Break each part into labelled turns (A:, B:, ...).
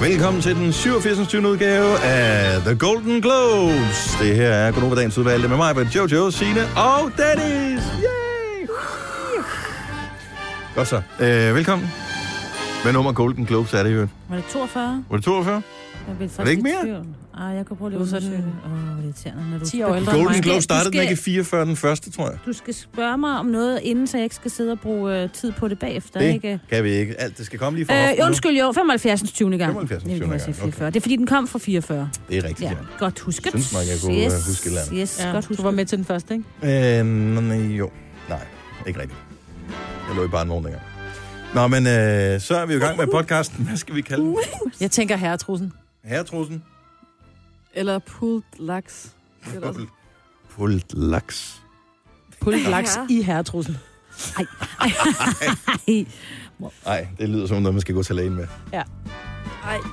A: Velkommen til den 87. 20. udgave af The Golden Globes. Det her er Gunova Dagens Udvalgte med mig, med Jojo, Sine og Dennis. Yay! Godt så. Øh, velkommen. Hvad nummer Golden Globes er det, Jørgen?
B: Var det 42?
A: Var det 42?
B: Jeg blev faktisk
A: ikke
B: lidt i
A: mere?
B: tvivl. Ej, jeg kunne prøve lige
C: Du
B: at
C: er sådan-
B: undersøge det. Åh, hvor er det irriterende, når du...
C: 10 år ældre. end
A: Golden
C: mig.
A: Globes
B: Du skal-
A: startede den ikke
B: du
A: 44, den første, tror jeg.
B: Du skal spørge mig om noget, inden så jeg ikke skal sidde og bruge øh, tid på det bagefter, ikke?
A: Det kan vi ikke. Alt det skal komme lige fra hoften
B: Øh,
A: nu.
B: undskyld, jo. 75. 20. gang.
A: 75.
B: Jeg vil
A: gang,
B: godt sige
A: okay.
B: 44. Det er, fordi den kom fra 44.
A: Det er rigtigt,
B: Ja,
A: ja.
B: godt husket.
A: Synes nok, jeg kunne, øh, huske et eller
B: yes,
A: andet.
B: yes, ja, godt husket.
C: du var med til den første, ikke?
A: Øh, nej, jo. Nej, ikke rigtigt. Jeg lå i barn nogen dengang. Nå, men øh, så er vi jo i gang med podcasten. Hvad skal vi kalde den?
C: Jeg tænker herretrussen.
A: Herretrusen?
D: Eller pulled laks. Det er der også.
A: Pult laks.
C: Pullet laks i herretrussen.
A: Nej, det lyder som noget, man skal gå til lægen med.
D: Ej,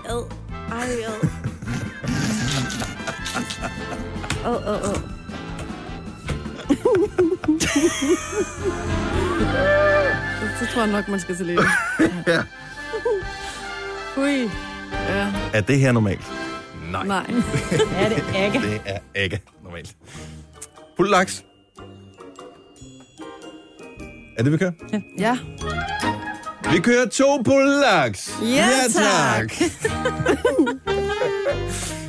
D: ad. Ej, ad. Åh, åh, åh. Så tror jeg nok, man skal til læge. Ui. Ja,
A: Er det her normalt? Nej,
D: nej.
C: Ja, det er ikke.
A: det er ikke normalt. Pult laks. Er det, vi kører?
D: Ja.
A: Vi kører to pullaks.
D: Ja,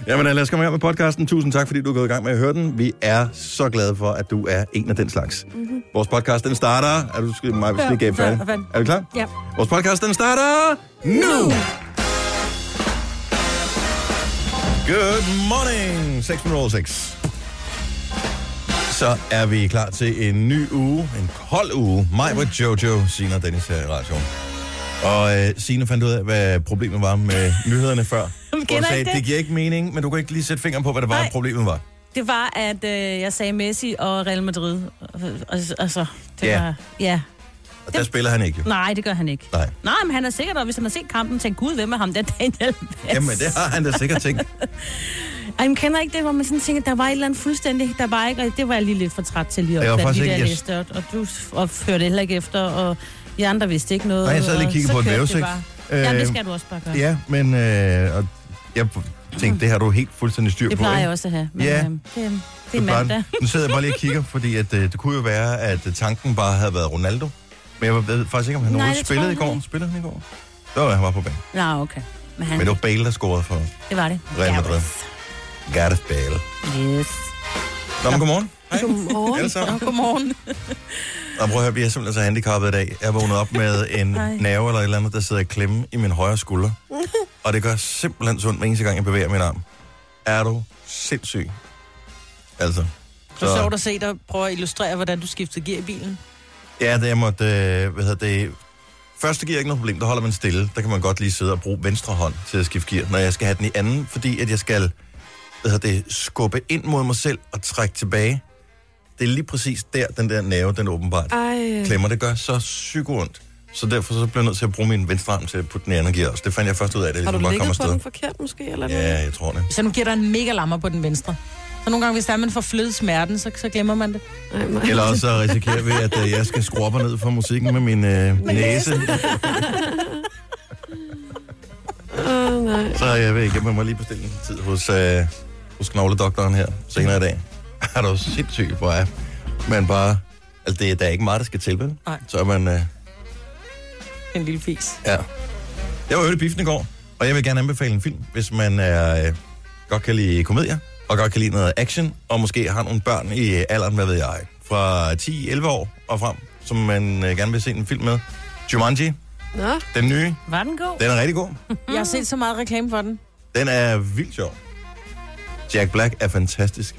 A: Jamen lad os komme i gang med podcasten. Tusind tak, fordi du er gået i gang med at høre den. Vi er så glade for, at du er en af den slags. Mm-hmm. Vores podcast, den starter... Er du skal mig, hvis det ikke er
C: Ja,
A: færdig?
C: hvad fanden?
A: Er du klar?
C: Ja.
A: Vores podcast, den starter nu! Good morning! 6 minutter over 6. Så er vi klar til en ny uge, en kold uge. Mig var Jojo, Sina og Dennis her i radioen. Og øh, Signe fandt ud af, hvad problemet var med nyhederne før. Hun
B: kender
A: sagde,
B: ikke
A: det.
B: det.
A: giver ikke mening, men du kan ikke lige sætte fingeren på, hvad det var,
B: Nej.
A: problemet var.
B: Det var, at øh, jeg sagde Messi og Real Madrid. Øh, Altså, altså det
A: Ja.
B: var... Ja.
A: Og der spiller han ikke jo.
B: Nej, det gør han ikke.
A: Nej.
B: Nej, men han er sikkert, og hvis han har set kampen, tænkt, gud, hvem er ham der Daniel Vest?
A: Jamen, det har han da sikkert tænkt.
B: Ej, men kender ikke det, hvor man sådan tænker, der var et eller andet fuldstændig, der var ikke, og det var jeg lige lidt for træt til lige
A: Jeg var
B: at opdage
A: faktisk
B: de
A: ikke-
B: der
A: jeg-
B: lister, og, og du f- og førte heller ikke efter, og I andre vidste ikke noget.
A: Nej, jeg sad lige og
B: og
A: kiggede
B: så
A: på en
B: kørte det
A: vævesigt.
B: bare.
A: Øh,
B: Jamen, det skal du også bare gøre.
A: Ja, men øh, og jeg tænkte, det har du helt fuldstændig styr
B: det
A: på.
B: plejer
A: ikke?
B: jeg også at have, men
A: Ja.
B: øhm, det, det er
A: Så bare-
B: mandag.
A: Nu sidder jeg bare lige og kigger, fordi at, øh, det kunne jo være, at øh, tanken bare havde været Ronaldo. Men jeg ved faktisk ikke, om han
B: Nej,
A: overhovedet
B: det
A: spillede i
B: tror jeg
A: går.
B: ikke.
A: Spillede han i går? Det var, han var på banen.
B: Nå, okay. Men, han,
A: Men det var Bale, der scorede for
B: det var det.
A: Real Madrid. Gareth Bale.
B: Yes.
A: Nå, men godmorgen.
D: Godmorgen.
A: Alle sammen.
C: Godmorgen.
A: Og prøv at høre, vi er simpelthen så handicappede i dag. Jeg vågnede op med en
B: Ej.
A: nerve eller et eller andet, der sidder i klemme i min højre skulder. Og det gør simpelthen sundt, hver eneste gang jeg bevæger min arm. Er du sindssyg? Altså.
C: Du så dig se dig prøve at illustrere, hvordan du skiftede gear i bilen.
A: Ja, det jeg måtte, øh, hvad hedder det, første gear er ikke noget problem, der holder man stille. Der kan man godt lige sidde og bruge venstre hånd til at skifte gear, når jeg skal have den i anden, fordi at jeg skal, hvad hedder det, skubbe ind mod mig selv og trække tilbage. Det er lige præcis der, den der nerve, den åbenbart
D: Ej.
A: klemmer. Det gør så psykoondt. Så derfor så bliver jeg nødt til at bruge min venstre arm til at putte den i anden gear også. Det fandt jeg først ud af, da jeg
D: Har du
A: ligesom bare kom
D: ligget på
A: afsted.
D: den forkert måske? Eller noget?
A: Ja, jeg tror det.
C: Så nu giver dig en mega lammer på den venstre. Så nogle gange, hvis der er, man får flødet smerten, så, så glemmer man det.
D: Ej, nej.
A: Eller også så risikerer vi, at øh, jeg skal skrue op og ned for musikken med min øh, næse.
D: Åh, nej.
A: Så øh, jeg ved ikke, jeg må lige bestille en tid hos, øh, hos knogledoktoren her senere i dag. Er du sindssyg, hvor er man bare... Altså, det, er- der er ikke meget, der skal til, vel?
C: Nej.
A: Så er man... Øh,
C: En lille fis.
A: ja. Jeg var øvet i biffen i går, og jeg vil gerne anbefale en film, hvis man er, øh, godt kan lide komedier, og godt kan lide noget action, og måske har nogle børn i øh, alderen, hvad ved jeg, fra 10-11 år og frem, som man øh, gerne vil se en film med. Jumanji,
D: Nå,
A: den nye,
B: Var den god?
A: den er rigtig god.
C: Jeg har set så meget reklame for den.
A: Den er vildt sjov. Jack Black er fantastisk.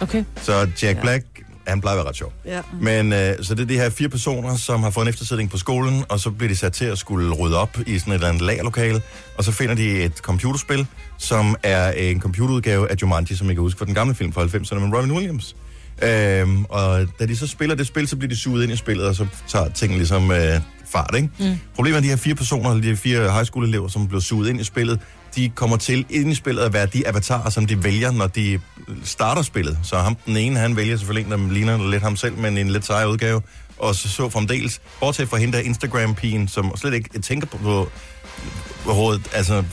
C: Okay.
A: Så Jack ja.
D: Ja.
A: Black, han plejer at være ret sjov.
D: ja.
A: Men øh, så det er de her fire personer, som har fået en eftersætning på skolen, og så bliver de sat til at skulle rydde op i sådan et eller andet lagerlokale, og så finder de et computerspil, som er en computerudgave af Jumanji, som jeg kan huske fra den gamle film fra 90'erne med Robin Williams. Øhm, og da de så spiller det spil, så bliver de suget ind i spillet, og så tager tingene ligesom øh, fart, ikke? Mm. Problemet er, at de her fire personer, de her fire high school elever, som blev suget ind i spillet, de kommer til ind i spillet at være de avatarer, som de vælger, når de starter spillet. Så ham, den ene, han vælger selvfølgelig en, der ligner lidt ham selv, men i en lidt sej udgave. Og så, så fremdeles, bortset fra hende der Instagram-pigen, som slet ikke tænker på, på hovedet, altså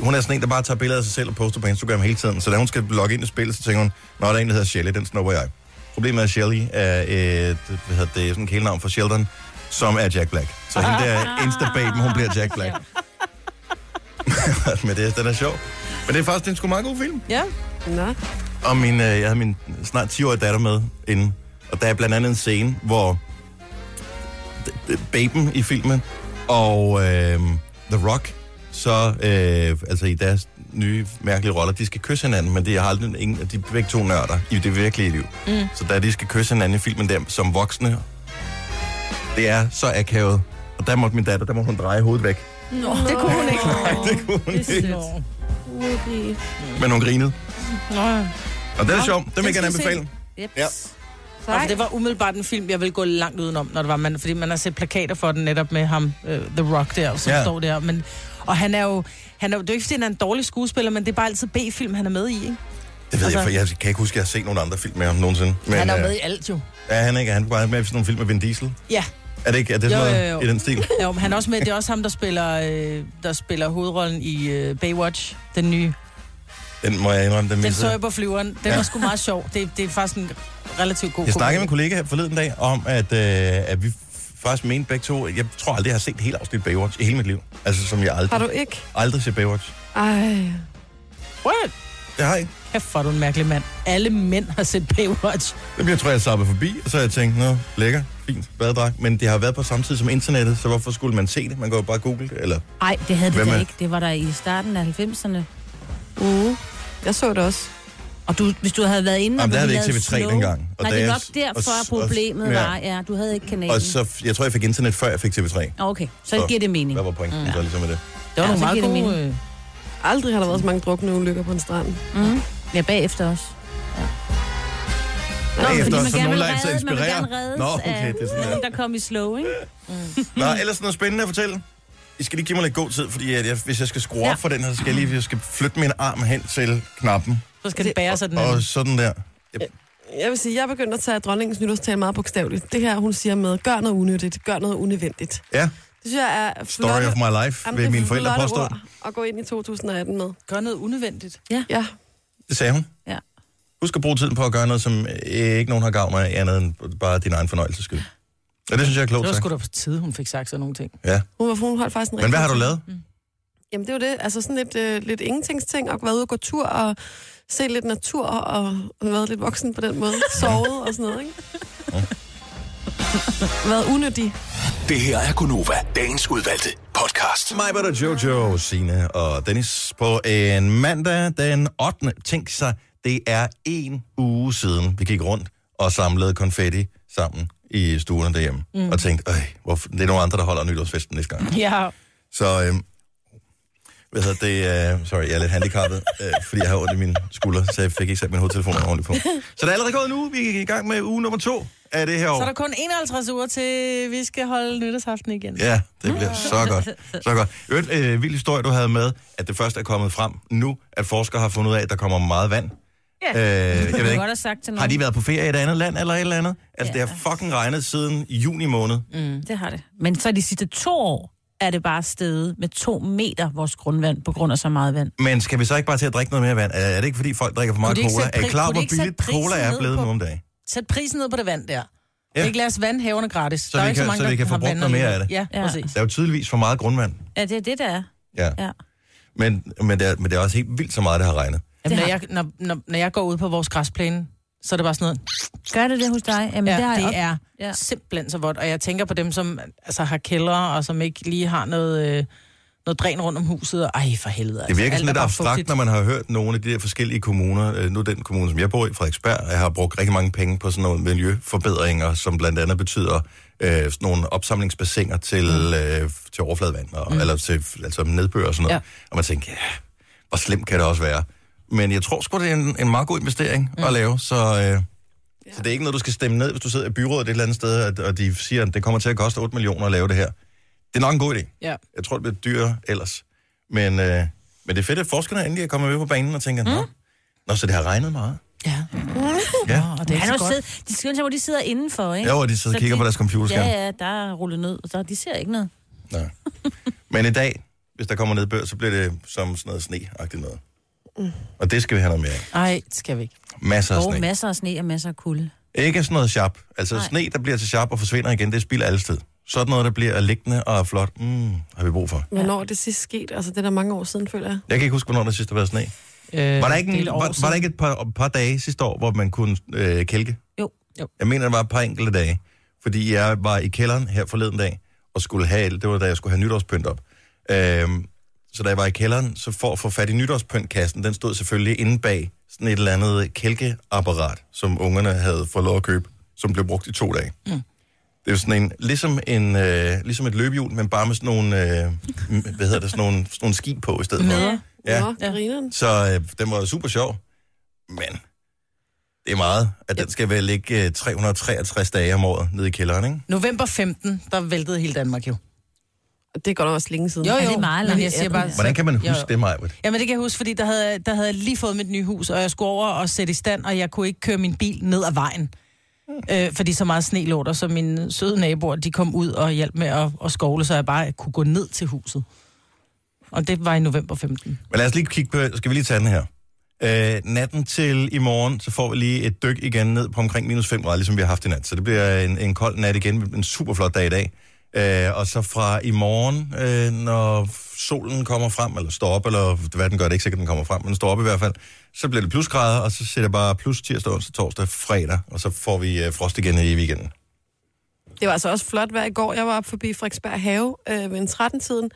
A: hun er sådan en, der bare tager billeder af sig selv og poster på Instagram hele tiden. Så da hun skal logge ind i spillet, så tænker hun, Nå, der er en, der hedder Shelly, den snupper jeg. Problemet er, at Shelly er et, hvad hedder det, sådan et kælenavn for Sheldon, som er Jack Black. Så hende der instababen, hun bliver Jack Black. Men det, er- den er sjov. Men det er faktisk det er en sgu meget god film.
C: Ja.
D: Nå,
A: Og min, øh, jeg havde min snart 10-årige datter med inden. Og der er blandt andet en scene, hvor d- d- baben i filmen og øh, The Rock, så øh, altså i deres nye mærkelige roller, de skal kysse hinanden, men det er aldrig ingen, de er begge to nørder i det virkelige liv.
C: Mm.
A: Så da de skal kysse hinanden i filmen der, som voksne, det er så akavet. Og der måtte min datter, der måtte hun dreje hovedet væk.
B: Nå, det kunne hun ikke.
A: Nej, det kunne hun
B: det er
A: ikke.
B: sødt.
D: Ruby.
A: Men hun grinede.
C: Nå, ja.
A: Og det er
C: Nå,
A: sjovt. Det vil
C: den
A: jeg gerne
C: skal vi se.
A: anbefale.
C: Yep.
A: Ja.
C: Ja.
D: Sej.
C: det var umiddelbart en film, jeg ville gå langt udenom, når det var, man, fordi man har set plakater for den netop med ham, øh, The Rock der, som
A: Ja.
C: ja. står der. Men, og han er jo, han er, jo- det er jo ikke, fordi han er en dårlig skuespiller, men det er bare altid B-film, han er med i, ikke?
A: Det ved altså,
C: Altså-
A: jeg, for jeg kan ikke huske, at jeg har set nogen andre film med ham nogensinde. Men,
C: Men, han er jo
A: øh,
C: med i alt jo.
A: Ja, han er ikke. Han er bare med i sådan nogle film med Vin Diesel.
C: Ja,
A: Er det ikke? Er det sådan
C: Jo,
A: noget
C: jo, jo.
A: i den stil?
C: jo men han er også med, det er også ham, der spiller, øh, der spiller hovedrollen i øh, Baywatch, den nye.
A: Den må jeg indrømme, den,
C: Den
A: missede.
C: så jeg på flyveren. Den
A: Ja.
C: var sgu meget sjov. Det, det er faktisk en relativt god
A: Jeg snakkede med en
C: komedie.
A: kollega her forleden dag om, at, øh, at vi faktisk mente begge to, jeg tror aldrig, jeg har set et helt afsnit Baywatch i hele mit liv. Altså, som jeg
D: Har
A: aldrig,
D: du ikke?
A: aldrig set Baywatch.
D: Ej.
C: What?
A: Det har jeg ikke.
C: Kæft, hvor er du en mærkelig mand. Alle mænd har set Baywatch.
A: Jamen, Jeg tror, jeg sappede forbi, og så har jeg tænkt, nå, lækker, fint, badedragt. Men det har været på samme tid som internettet, så hvorfor skulle man se det? Man går jo bare google det, eller...
B: Nej, det havde
A: Hvem
B: det
A: er-
B: da ikke. Det var der i starten af 90'erne.
D: Uh. Jeg så det også.
B: Og du, hvis du havde været inde...
A: Jamen, der havde vi
B: vi
A: ikke TV3
B: slow-
A: dengang. Og
B: Nej, det
A: da
B: er
A: jeg-
B: nok derfor,
A: og-
B: at problemet
A: og- ja.
B: var, ja, du havde ikke kanalen.
A: Og så, jeg tror, jeg fik internet, før jeg fik TV3.
B: Ah, Okay, så,
A: Så-
B: giver det mening.
A: Hvad var pointen mm. så ligesom med det?
C: Det var
B: Ja,
C: nogle
B: så
C: meget
B: giver det
C: gode... Øh,
D: Aldrig har der været så mange drukne ulykker på en strand.
B: Mm. Ja, bagefter også.
A: Nå,
B: fordi
A: efter,
B: man
A: som
B: gerne
A: nogen
B: vil
A: lader sig
B: reddes- man vil
A: inspirere.
B: gerne reddes
A: Nå, okay,
B: af-
A: det er sådan der.
B: Der kom i slow, ikke?
A: Nå, ellers noget spændende at fortælle. I skal lige give mig lidt god tid, fordi at jeg, hvis jeg skal skrue op
B: Ja.
A: for den her, så skal jeg lige jeg skal flytte min arm hen til knappen.
C: så skal det bære sådan
A: Og
C: en...
A: sådan der. Jeg,
D: Jeg vil sige, jeg er begyndt at tage dronningens nytårstale meget bogstaveligt. Det her, hun siger med, gør noget unødigt, gør noget unødvendigt.
A: ja,
D: Det synes jeg er flotte,
A: story of my life,
D: Jamen,
A: vil
D: det er
A: mine forældre
D: flotte
A: påstå.
D: ord At gå ind i 2018 med.
C: Gør noget unødvendigt.
D: Ja,
A: Det sagde hun.
B: Ja.
A: Husk at bruge tiden på at gøre noget, som øh, ikke nogen har gavn af, andet end bare din egen fornøjelses skyld. Og det synes jeg er klogt
C: Det var
A: sagt.
C: sgu da på tide, hun fik sagt sådan nogle ting.
A: Ja.
D: hun, var- hun holdt faktisk en
A: Men hvad
D: rigtig-
A: har du lavet?
D: Jamen det var det, altså sådan lidt, øh, lidt ingentingsting, og været ude og gå tur, og se lidt natur, og været lidt voksen på den måde, sovet og sådan noget, ikke? været unødig.
E: Det her er Gunova, dagens udvalgte podcast.
A: Mig, og Jojo, Sine og Dennis på en mandag den 8. Tænk sig, det er en uge siden, vi gik rundt og samlede konfetti sammen i stuen derhjemme. Mm. Og tænkte, øj, hvorfor, det er nogle andre, der holder nytårsfesten næste gang.
C: Ja,
A: Så, øhm, hvad hedder det? Øh, sorry, jeg er lidt handicappet, øh, fordi jeg har ondt i mine skuldre, så jeg fik ikke sat min hovedtelefon ordentligt på. Så der er allerede gået en uge. Vi er i gang med uge nummer to af det her år.
C: så er der kun 51 uger til, vi skal holde nytårsaften igen.
A: Ja, det bliver så godt. Så godt. Øvrigt, øh, vild historie, du havde med, at det først er kommet frem nu, at forskere har fundet ud af, at der kommer meget vand. Ja. Øh, jeg ved
B: Jeg
A: ikke,
B: godt have sagt til nogen.
A: har de været på ferie i et andet land eller et eller andet? Altså, ja. det har fucking regnet siden juni måned.
C: Mm.
B: Det har det. Men så de sidste to år er det bare steget med to meter vores grundvand på grund af så meget vand.
A: Men skal vi så ikke bare til at drikke noget mere vand? Er er det ikke, fordi folk drikker for meget
C: Kunne de ikke
A: cola?
C: sætte
A: Er I
C: pri-
A: klar,
C: kunne de
A: hvor
C: ikke sætte
A: billigt cola
C: prisen
A: er
C: ned
A: blevet
C: på-
A: nu om dagen?
C: Sæt prisen ned på det vand der.
A: Ja.
C: Ja. Ikke lad os vandhaverne gratis.
A: vi
C: ikke
A: kan- så vi
C: der
A: kan få
C: har
A: brugt
C: vand
A: noget mere af
C: alligevel. Ja,
B: Ja.
C: ja. præcis.
A: Der er jo tydeligvis for meget grundvand.
B: Ja, det er det, der er.
A: Ja.
B: Ja.
A: Men, men, det er, men det er også helt vildt så meget, det har regnet.
C: Jamen,
B: Det
C: når, jeg,
B: har-
C: når, når, når jeg går ud på vores græsplæne, så er det bare sådan noget.
B: Gør det det hos dig? Jamen,
C: Ja,
B: det, har jeg
C: det,
B: op-
C: det er
B: Ja.
C: ja. simpelthen så vådt. Og jeg tænker på dem, som altså, har kældre, og som ikke lige har noget, øh, noget dræn rundt om huset. Og, ej, for helvede. altså,
A: Det virker
C: alt
A: sådan
C: er
A: lidt
C: bare
A: abstrakt,
C: fugtigt.
A: når man har hørt nogle af de der forskellige kommuner. Øh, Nu den kommune, som jeg bor i, Frederiksberg, jeg har brugt rigtig mange penge på sådan nogle miljøforbedringer, som blandt andet betyder øh, sådan nogle opsamlingsbassiner
C: Mm.
A: til, øh, til overfladevand, og, mm. eller til altså nedbør og sådan noget. Ja.
C: Ja.
A: Og man tænker, ja, hvor slemt kan det også være? Men jeg tror sgu, det er en, en meget god investering mm. at lave, så... Øh, så det er ikke noget, du skal stemme ned, hvis du sidder i byrådet et eller andet sted, og- og de siger, at det kommer til at koste 8 millioner at lave det her. Det er nok en god idé.
C: Ja.
A: Jeg tror, det bliver dyrere ellers. Men, øh, men det er fedt, at forskerne endelig er kommet med på banen og tænker, mm. nå, nå, så det har regnet meget.
C: Ja.
A: Ja.
C: Åh, og det er
B: Han
C: så
B: har
C: godt.
B: siddet, de skal jo, ligesom, hvor de sidder indenfor, ikke?
A: Ja, hvor de sidder og
B: Så
A: kigger
B: de-
A: på deres computerskærm.
B: Ja, ja, der er rullet ned, og der, de ser ikke noget.
A: Nej. Men i dag, hvis der kommer nedbør, så bliver det som sådan noget sne-agtigt noget. Og det skal vi have noget mere af.
C: Nej, det skal vi ikke.
A: Masser af
B: Og
A: sne.
B: masser af sne og masser af kulde.
A: Ikke sådan noget sharp. Altså Nej.
B: Nej.
A: sne, der bliver til sharp og forsvinder igen, det spilder alle sted. Sådan noget, der bliver liggende og er flot, mm, har vi brug for.
D: Hvornår er det sidst sket? Altså, det er der mange år siden, føler jeg.
A: Jeg kan ikke huske, hvornår der sidst har været sne.
C: Øh,
A: Var der ikke, en,
C: del år
A: var, var der
C: siden.
A: ikke et par, par dage sidste år, hvor man kunne øh, kælke?
B: Jo.
C: Jo.
A: Jeg mener, det var et par enkelte dage. Fordi jeg var i kælderen her forleden dag, og skulle have, det var da jeg skulle have nytårspynt op. Øhm, så da jeg var i kælderen, så for at få fat i nytårspyntkassen, den stod selvfølgelig inde bag sådan et eller andet kælkeapparat, som ungerne havde fået lov at købe, som blev brugt i to dage. Mm. Det er jo sådan en, ligesom, en, øh, ligesom et løbehjul, men bare med sådan nogle, øh, m- hvad hedder det, sådan nogle, sådan nogle ski på i stedet
C: Med.
A: Ja.
D: Nå, ja. grineren.
A: så øh, den var super sjov. Men det er meget, at den skal vel ligge øh, 363 dage om året nede i kælderen, ikke?
C: November 15, der væltede hele Danmark jo.
D: Det er godt nok også længe siden.
C: Jo,
B: det
C: jo,
B: er meget
C: men
B: langt
C: jeg siger
B: efter
C: bare...
B: det.
A: Hvordan kan man
C: Jo,
A: huske
C: jo.
A: det, Majbert?
C: Jamen det kan jeg huske, fordi der havde, der havde jeg lige fået mit nye hus, og jeg skulle over og sætte i stand, og jeg kunne ikke køre min bil ned ad vejen. Øh, fordi så meget sne lå der, så mine søde naboer, de kom ud og hjalp med at, at skovle, så jeg bare kunne gå ned til huset. Og det var i november 15.
A: Men lad os lige kigge på, skal vi lige tage den her. Øh, natten til i morgen, så får vi lige et dyk igen ned på omkring minus 5 grader, ligesom vi har haft i nat. Så det bliver en, en kold nat igen, en super flot dag i dag. Øh, og så fra i morgen, øh, når solen kommer frem, eller står op, eller hvad den gør, det er ikke sikkert, den kommer frem, men den står op i hvert fald, så bliver det plusgrader, og så ser det bare plus tirsdag, onsdag, torsdag, fredag, og så får vi øh, frost igen i weekenden.
D: Det var altså også flot vejr i går. Jeg var oppe forbi Frederiksberg Have øh, ved en 13-tiden.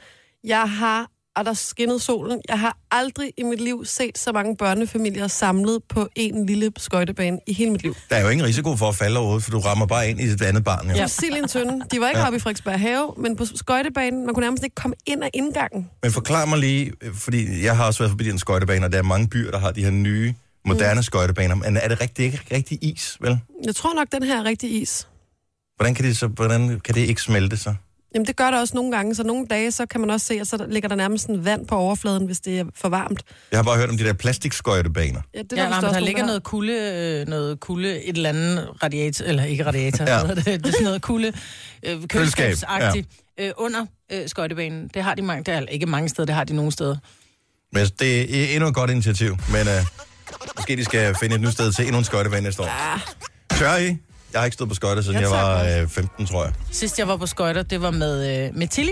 D: Jeg har, og der skinnede solen, jeg har aldrig i mit liv set så mange børnefamilier samlet på en lille skøjtebane i hele mit liv.
A: Der er jo ingen risiko for at falde overhovedet, for du rammer bare ind i et andet barn. Jo.
D: Ja. Cecilien Tønde, de var ikke ja. oppe i Frederiksberg Have, men på skøjtebanen, man kunne nærmest ikke komme ind ad indgangen.
A: Men forklar mig lige, øh, fordi jeg har også været forbi den skøjtebane, og der er mange byer, der har de her nye, moderne mm. skøjtebaner. Men er det rigtig, ikke rigtig is, vel?
D: Jeg tror nok, den her er rigtig is.
A: Hvordan kan det, så, hvordan kan det ikke smelte sig?
D: Jamen, det gør der også nogle gange, så nogle dage, så kan man også se, at så der- ligger der nærmest sådan vand på overfladen, hvis det er for varmt.
A: Jeg har bare hørt om de der plastikskøjtebaner.
D: Ja, det
C: Det ja,
D: vist
C: nej, men
D: også
C: der
D: nogen,
C: ligger
D: har.
C: noget kulde, øh, noget kulde, et eller andet radiator, eller ikke radiator,
A: Ja.
C: ja. det, det er sådan noget kulde, øh, køleskabsagtigt, ja. øh, under øh, skøjtebanen. Det har de mange, der er ikke mange steder, det har de nogle steder.
A: Men altså, det er endnu et godt initiativ, men øh, måske de skal finde et nyt sted til endnu en skøjtebane næste år. Tør I? Jeg har ikke stået på skøjter, siden jeg,
D: Jeg tager
A: var øh, 15, tror jeg.
C: Sidst jeg var på skøjter, det var med, øh, med Tilly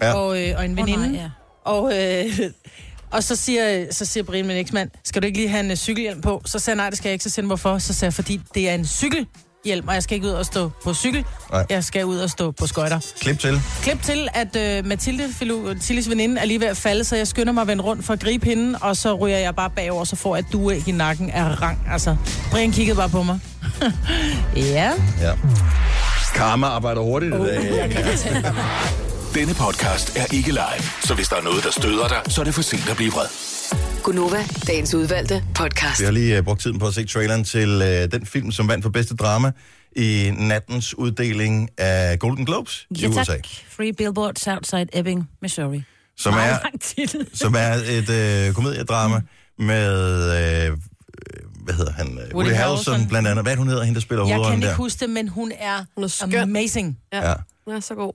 A: Ja.
C: ja. og, øh, og en veninde.
B: nej, ja.
C: Og, øh, og så siger, så siger Brian, min eksmand, skal du ikke lige have en øh, cykelhjelm på? Så sagde jeg, nej, det skal jeg ikke. Så siger han, hvorfor? Så sagde jeg, fordi det er en cykelhjelm, og jeg skal ikke ud og stå på cykel.
A: Nej.
C: Jeg skal ud og stå på skøjter.
A: Klip til.
C: Klip til, at øh, Mathilde, Filu- Tillis veninde, er lige ved at falde, så jeg skynder mig at vende rundt for at gribe hende, og så ryger jeg bare bagover, så får jeg et duæg i nakken af rang. Altså, Brian kiggede bare på mig. ja.
A: Ja. Karma arbejder hurtigt i dag.
E: Denne podcast er ikke live, så hvis der er noget, der støder dig, så er det for sent at blive vred.
F: Gunova, dagens udvalgte podcast.
A: Vi har lige øh, brugt tiden på at se traileren til øh, den film, som vandt for bedste drama i nattens uddeling af Golden Globes i
B: Ja,
A: USA.
B: tak. Free Billboards Outside Ebbing, Missouri.
A: Som
B: Meget
A: er,
B: lang titel.
A: som er et øh, komediedrama med, øh, øh, hvad hedder han? Woody, Woody Harrelson,
C: Harrelson.
A: blandt andet. Hvad er det, hun hedder, hende, der spiller
C: Jeg
A: hovedrollen
C: kan
A: der?
C: ikke huske det, men hun er,
D: Hun er skøn.
C: amazing.
A: Ja.
D: Ja. ja. så god.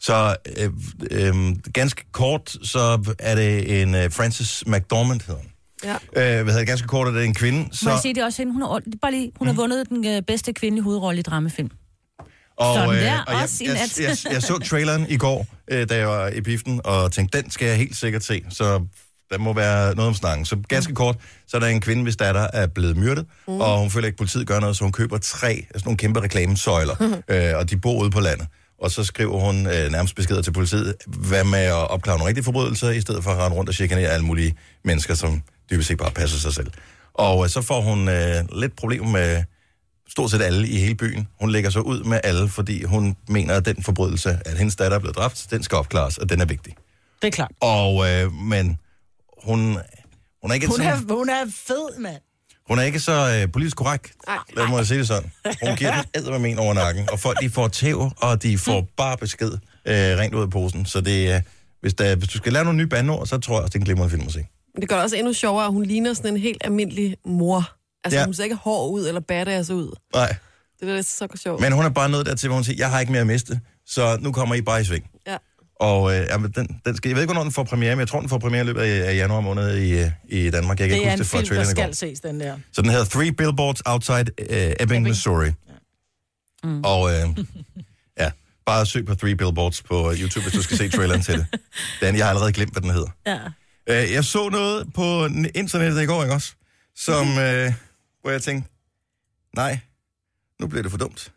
A: Så øh, øh, ganske kort, så er det en øh, Frances McDormand, hedder hun.
D: Ja.
A: Øh, hvad hedder det? Ganske kort er det en kvinde.
B: Må jeg
A: Så,
B: sige det er også hende? Hun har, bare lige, hun har
A: Mm.
B: vundet den øh, bedste kvindelige hovedrolle i dramafilm. Sådan der,
A: og jeg,
B: også i
A: jeg,
B: nat.
A: jeg, jeg, jeg så traileren i går, øh, da jeg var i biften, og tænkte, den skal jeg helt sikkert se, så der må være noget om snakken. Så ganske kort, så er der en kvinde, hvis datter er blevet myrdet, mm. og hun føler ikke, at politiet gør noget, så hun køber tre af sådan nogle kæmpe reklamesøjler, øh, og de bor ude på landet. Og så skriver hun øh, nærmest beskeder til politiet, hvad med at opklare nogle rigtige forbrydelser, i stedet for at rende rundt og chikanere alle mulige mennesker, som dybest set bare passer sig selv. Og øh, så får hun øh, lidt problemer med stort set alle i hele byen. Hun lægger sig ud med alle, fordi hun mener, at den forbrydelse, at hendes datter er blevet dræbt, den skal opklares, og den er vigtig.
C: Det er klart.
A: Og, øh, men hun, hun er ikke,
C: Hun
A: sådan,
C: er, hun er fed, mand.
A: hun er ikke så øh, politisk korrekt.
D: Ej.
A: Lad mig sige det sådan. Hun giver den eddermame over nakken, og folk de får tæv, og de får
C: Mm.
A: bare besked øh, rent ud af posen. Så det, øh, hvis, der, hvis du skal lave nogle nye bandord, så tror jeg også, det er en glimrende film at se.
D: Men det gør det også endnu sjovere, at hun ligner sådan en helt almindelig mor. Altså,
A: Ja.
D: ja. hun ser ikke hård ud eller badass ud.
A: Nej,
D: Det er da så sjovt.
A: men hun er bare nødt dertil, hvor hun siger, jeg har ikke mere at miste, så nu kommer I bare i sving.
D: Ja.
A: Og øh, jamen, den, den skal, jeg ved ikke, hvornår den får premiere, men jeg tror, den får premiere i løbet af, af januar måned i, øh, i Danmark. Jeg kan
C: Det
A: ikke
C: er
A: huske
C: en
A: det fra
C: film, der
A: traileren i går.
C: skal ses, den der.
A: Så den hedder Three Billboards Outside øh, Ebbing, Missouri. Mm. Og øh, ja, bare søg på Three Billboards på øh, YouTube, hvis du skal se traileren til det. Den, jeg har allerede glemt, hvad den hedder.
B: Ja.
A: Øh, jeg så noget på n- internettet i går, ikke også? Som, øh, hvor jeg tænkte, nej, nu bliver det for dumt.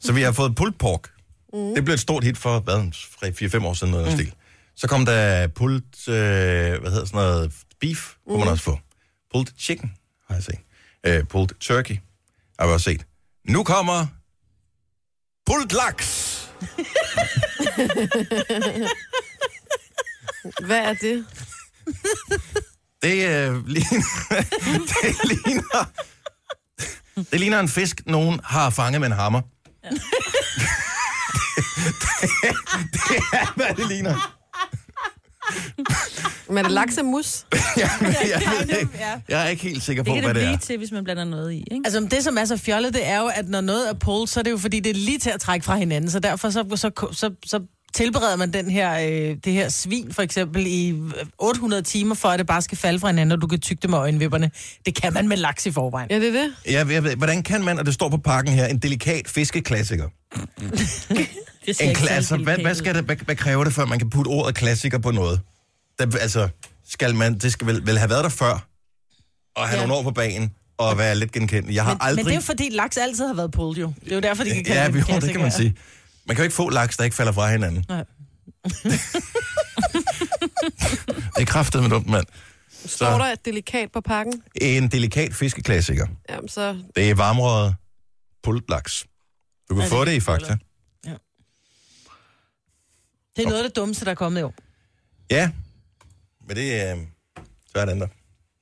A: Så vi har fået pulled pork. Mm. Det blev et stort hit for, hvad, en 4-5 år siden, noget mm. stil. Så kom der pulled, øh, hvad hedder sådan noget, beef, mm. kunne man også få. Pulled chicken, har jeg set. Øh, pulled turkey, har jeg også set. Nu kommer pulled laks.
D: Hvad er det?
A: Det, øh, ligner, det, ligner, det ligner en fisk, nogen har fanget med en hammer. det, det, det er, hvad det ligner.
D: Men er det laks og mus?
A: Jamen, jeg, ved, ikke- jeg er ikke helt sikker
B: Det
A: på,
B: kan
A: hvad
B: det
A: det
B: blive
A: er.
B: til, hvis man blander noget i, ikke?
C: Altså men det, som er så fjollet, det er jo, at når noget er pulled, så er det jo fordi, det er lige til at trække fra hinanden. Så derfor så, så, så, så tilbereder man den her, øh, det her svin for eksempel i 800 timer, for at det bare skal falde fra hinanden, og du kan tygge det med øjenvipperne. Det kan man med laks i forvejen.
D: Ja, det er det.
A: Jeg, jeg ved, hvordan kan man, og det står på pakken her, en delikat fiskeklassiker?
B: Det ser
A: En
B: ikke særlig
A: klasser, hvad,
B: delikat
A: hvad,
B: ud.
A: skal det, hvad, hvad kræver det, før man kan putte ordet klassiker på noget? Der, altså, skal man, det skal vel, vel have været der før, og have ja.
C: Ja.
A: nogle år på bagen, og være lidt genkendt. Jeg har
C: Men,
A: aldrig...
C: men det er jo fordi, laks altid har været pulled jo. Det er jo derfor, de kan kalde
A: Ja,
C: den
A: vi, jo, det kan
C: klassiker.
A: man sige. Man kan jo ikke få laks, der ikke falder fra hinanden.
C: Nej.
A: det er kraftet med dumt, mand.
D: Står
A: Så
D: der et delikat på pakken?
A: en delikat fiskeklassiker.
D: Jamen, så
A: Det er varmrøret pullet laks. Du kan
C: Ja,
A: få
C: det
A: det i
C: kan
A: Fakta.
C: Det er noget af det dummeste, der er kommet i år.
A: Ja, men det er... Øh, så er det andet.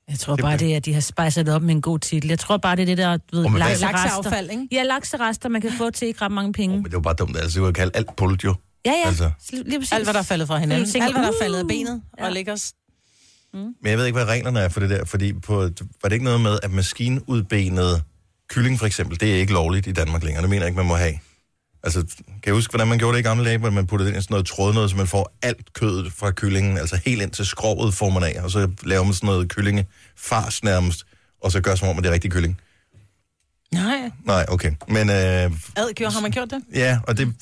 B: Jeg tror bare, det er, at de har spejset det op med en god titel. Jeg tror bare, det er det der, du ved,
A: Og med
B: laks-
A: hvad-
C: Lakseaffald, ikke?
B: Ja, lakserester, man kan få til ikke ret mange penge.
A: Men det er jo bare dumt, altså. Det var kaldt alt pullet jo.
B: Ja, ja.
A: Altså.
B: Altså. Lige præcis.
C: Alt, hvad der er faldet fra
A: Mm,
C: hinanden.
B: Så du tænker,
C: Alt, hvad der er
B: uh,
C: faldet af benet
B: ja.
C: og ligger s-
A: Men jeg ved ikke, hvad reglerne er for det der, fordi på, var det ikke noget med, at maskinudbenet kylling for eksempel, det er ikke lovligt i Danmark længere. Det mener jeg ikke, man må have. Altså, kan jeg huske, hvordan man gjorde det i gamle dage, hvor man puttede det ind i sådan noget tråd, noget, så man får alt kødet fra kyllingen, altså helt ind til skrovet får man af, og så laver man sådan noget kyllingefars nærmest, og så gør som om, at det er rigtig kylling.
C: Nej,
A: Nej, okay. Men øh,
C: ad gjorde, har man gjort det?
A: ja, og det,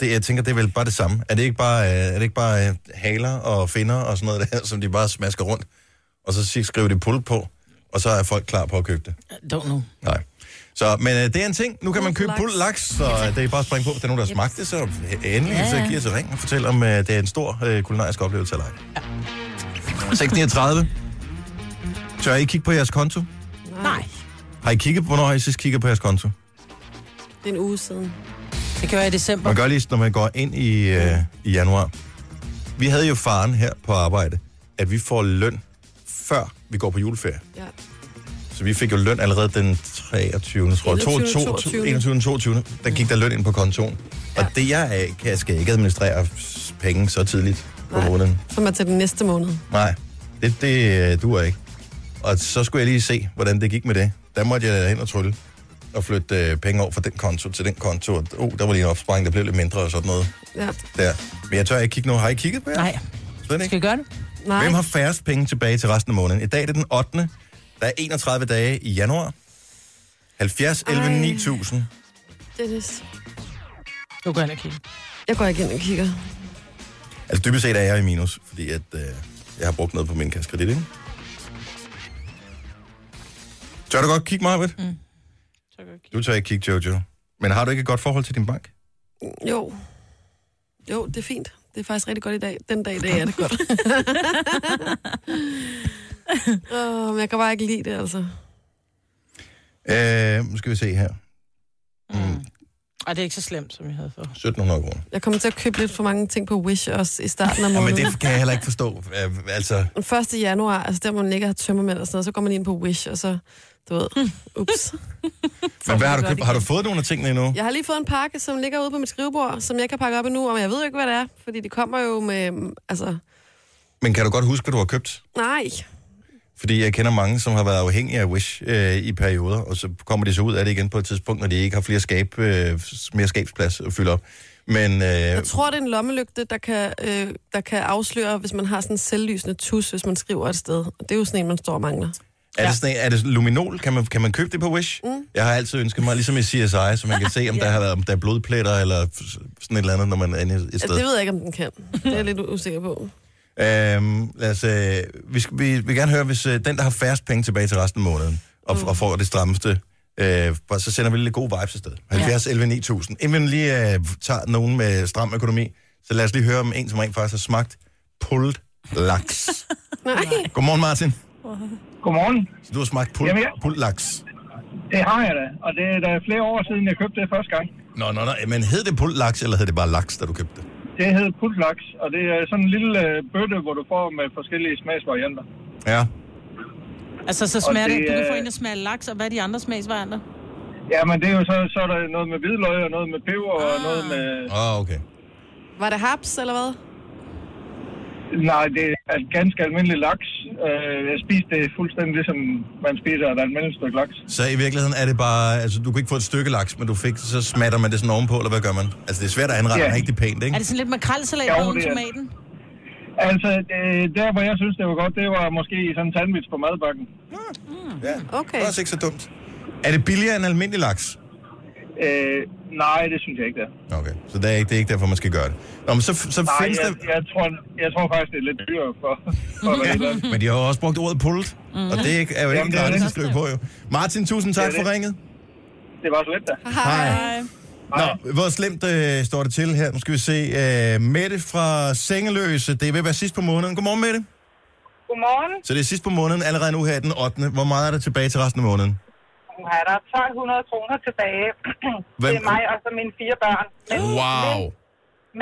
A: det, jeg tænker, det er vel bare det samme. Er det ikke bare, øh, er det ikke bare øh, haler og finder og sådan noget der, som de bare smasker rundt, og så sig- skriver det pul på, og så er folk klar på at købe det?
C: Don't know.
A: Nej. Så, men øh, det er en ting. Nu kan man købe
D: Pulled
A: pullet laks, så øh, det er bare at springe på. Hvis der er nogen, der har smagt det, så endelig,
B: Ja,
A: så
B: ja.
A: giver sig ring og fortæl, om øh, det er en stor øh, kulinarisk oplevelse eller ej. 639. Tør I kigge på jeres konto?
C: Nej,
A: Har I kigget på, hvornår har I sidst kigget på jeres konto?
D: det er en uge siden.
C: det gjorde jeg i december.
A: Man gør lige, når man går ind i, øh, i januar. Vi havde jo faren her på arbejde, at vi får løn, før vi går på juleferie.
D: Ja.
A: Så vi fik jo løn allerede den 23. tror jeg.
D: 21.,
A: 22.,
D: 22..
A: 21. 22. Der gik der løn ind på kontoen. Og det jeg øh, kan, skal ikke administrere s- penge så tidligt på
D: Nej.
A: måneden.
D: Så man til den næste måned.
A: Nej, det, det øh, duer ikke. Og så skulle jeg lige se, hvordan det gik med det. Der måtte jeg hen og trylle og flytte øh, penge over fra den konto til den konto. Og, oh, der var lige en opsparing, der blev lidt mindre og sådan noget
D: Ja.
A: der. Men jeg tør ikke kigge nu. Har I kigget på jer?
C: Nej,
A: Slet
C: skal
A: ikke.
C: vi gøre det?
D: Nej.
A: Hvem har færrest penge tilbage til resten af måneden? I dag er det den 8. Der er 31 dage i januar. 70, 11,
D: Ej.
A: 9000.
D: Dennis.
C: Du går ind og kigge.
D: Jeg går igen og kigger.
A: Altså dybest set er jeg i minus, fordi at, øh, jeg har brugt noget på min kassekredit, ikke? Tør du godt kigge mig, mm. Du tør ikke kigge, Jojo. Men har du ikke et godt forhold til din bank?
D: Jo. Jo, det er fint. Det er faktisk rigtig godt i dag. Den dag i dag er det godt. Åh, men jeg kan bare ikke lide det, altså.
A: Øh, nu skal vi se her. Mm.
C: Ej, det er ikke så slemt, som jeg havde for.
A: 1700 kroner.
D: Jeg kommer til at købe lidt for mange ting på Wish også i starten af
A: Ja, men
D: måneden.
A: det kan jeg heller ikke forstå. Øh, altså,
D: Den 1. januar, altså der, hvor man ligger og har tømmermænd og sådan noget, så går man ind på Wish, og så, du ved, ups.
A: men hvad har du
D: godt
A: købt? Har du fået nogle af tingene endnu?
D: Jeg har lige fået en pakke, som ligger ude på mit skrivebord, som jeg kan pakke op endnu, og jeg ved jo ikke, hvad det er, fordi det kommer jo med, mm, altså,
A: Men kan du godt huske, hvad du har købt?
D: nej.
A: Fordi jeg kender mange, som har været afhængige af Wish øh, i perioder, og så kommer de så ud af det igen på et tidspunkt, når de ikke har flere skab, øh, mere skabsplads at fylde op. Men øh,
D: Jeg tror, det er en lommelygte, der kan, øh, der kan afsløre, hvis man har sådan en selvlysende tus, hvis man skriver et sted. Og det er jo sådan en, man står og mangler.
A: er, det sådan, en- er det sådan luminol? Kan man, kan man købe det på Wish? Mm. Jeg har altid ønsket mig, ligesom i CSI, så man kan se, om der har været om der er blodpletter eller f- sådan et eller andet, når man er inde et- et
D: Ja,
A: sted.
D: det ved jeg ikke, om den kan. Det er jeg lidt usikker på.
A: Øhm, lad os, øh, vi, skal, vi vil gerne høre, hvis øh, den, der har færrest penge tilbage til resten af måneden, og, mm. og får det strammeste, øh, bare så sender vi lidt gode vibes afsted. 70, 11, 9000. Inden vi lige øh, tager nogen med stram økonomi, så lad os lige høre om en, som rent faktisk har smagt pulled laks.
D: Nej.
A: Godmorgen, Martin.
G: Godmorgen.
A: Så du har smagt pulled,
G: Jamen, ja.
A: pulled laks.
G: Det har jeg da, og det er da flere år siden, jeg købte det første gang.
A: Nå, nå, nå. Men hed det pulled laks, eller hed det bare laks, da du købte det?
G: Det hed putlaks, og det er sådan en lille øh, bøtte, hvor du får med forskellige smagsvarianter.
A: Ja.
C: Altså, så smager
G: Og
C: det,
G: det
C: du kan få
G: er-
C: en, der smager af laks, og hvad er de andre smagsvarianter?
G: Ja, men det er jo så, så er der noget med hvidløg, og noget med peber, og noget med...
A: Åh, oh, okay.
D: Var det haps, eller hvad?
G: Nej, det er ganske almindelig laks. Øh, Jeg spiste det fuldstændig ligesom man spiser et almindeligt stykke laks.
A: Så i virkeligheden er det bare, altså du kunne ikke få et stykke laks, men du fik, så smatter man det sådan ovenpå, eller hvad gør man? Altså det er svært at anrette
G: Ja.
A: yeah. rigtig pænt, ikke?
C: Er det sådan lidt makrelsalat
G: Jo,
C: oven
G: det er-
C: tomaten?
G: Altså, det, der hvor jeg synes, det var godt, det var måske sådan en sandwich på madbakken.
A: Ja.
D: Okay.
A: Det er også ikke så dumt. Er det billigere end almindelig laks?
G: Øh, nej, det synes jeg ikke, det er.
A: Okay, så det er ikke, det er ikke derfor, man skal gøre det. Nå, men så, så
G: Nej,
A: findes
G: jeg,
A: det...
G: jeg, tror, jeg tror faktisk, det er lidt dyrere for, for at være helt ærlig.
A: Men de har jo også brugt ordet pullet, og det er- er jo ikke
G: Jamen,
A: en
G: det er
A: gratis
G: det.
A: at skrive på, jo. Martin, tusind tak
G: Det er
A: for
G: det.
A: ringet.
G: Det var så lidt, da.
A: Hej. Nå, hvor slemt øh, står det til her. Nu skal vi se. Øh, Mette fra Sengeløse. Det er ved at være sidst på måneden. Godmorgen, Mette.
H: Godmorgen.
A: Så det er sidst på måneden, allerede nu her den 8. Hvor meget er der tilbage til resten af måneden?
H: Nu er der 1200 kroner tilbage.
A: Hvem-
H: Det er mig og så mine fire børn. Men,
A: Wow.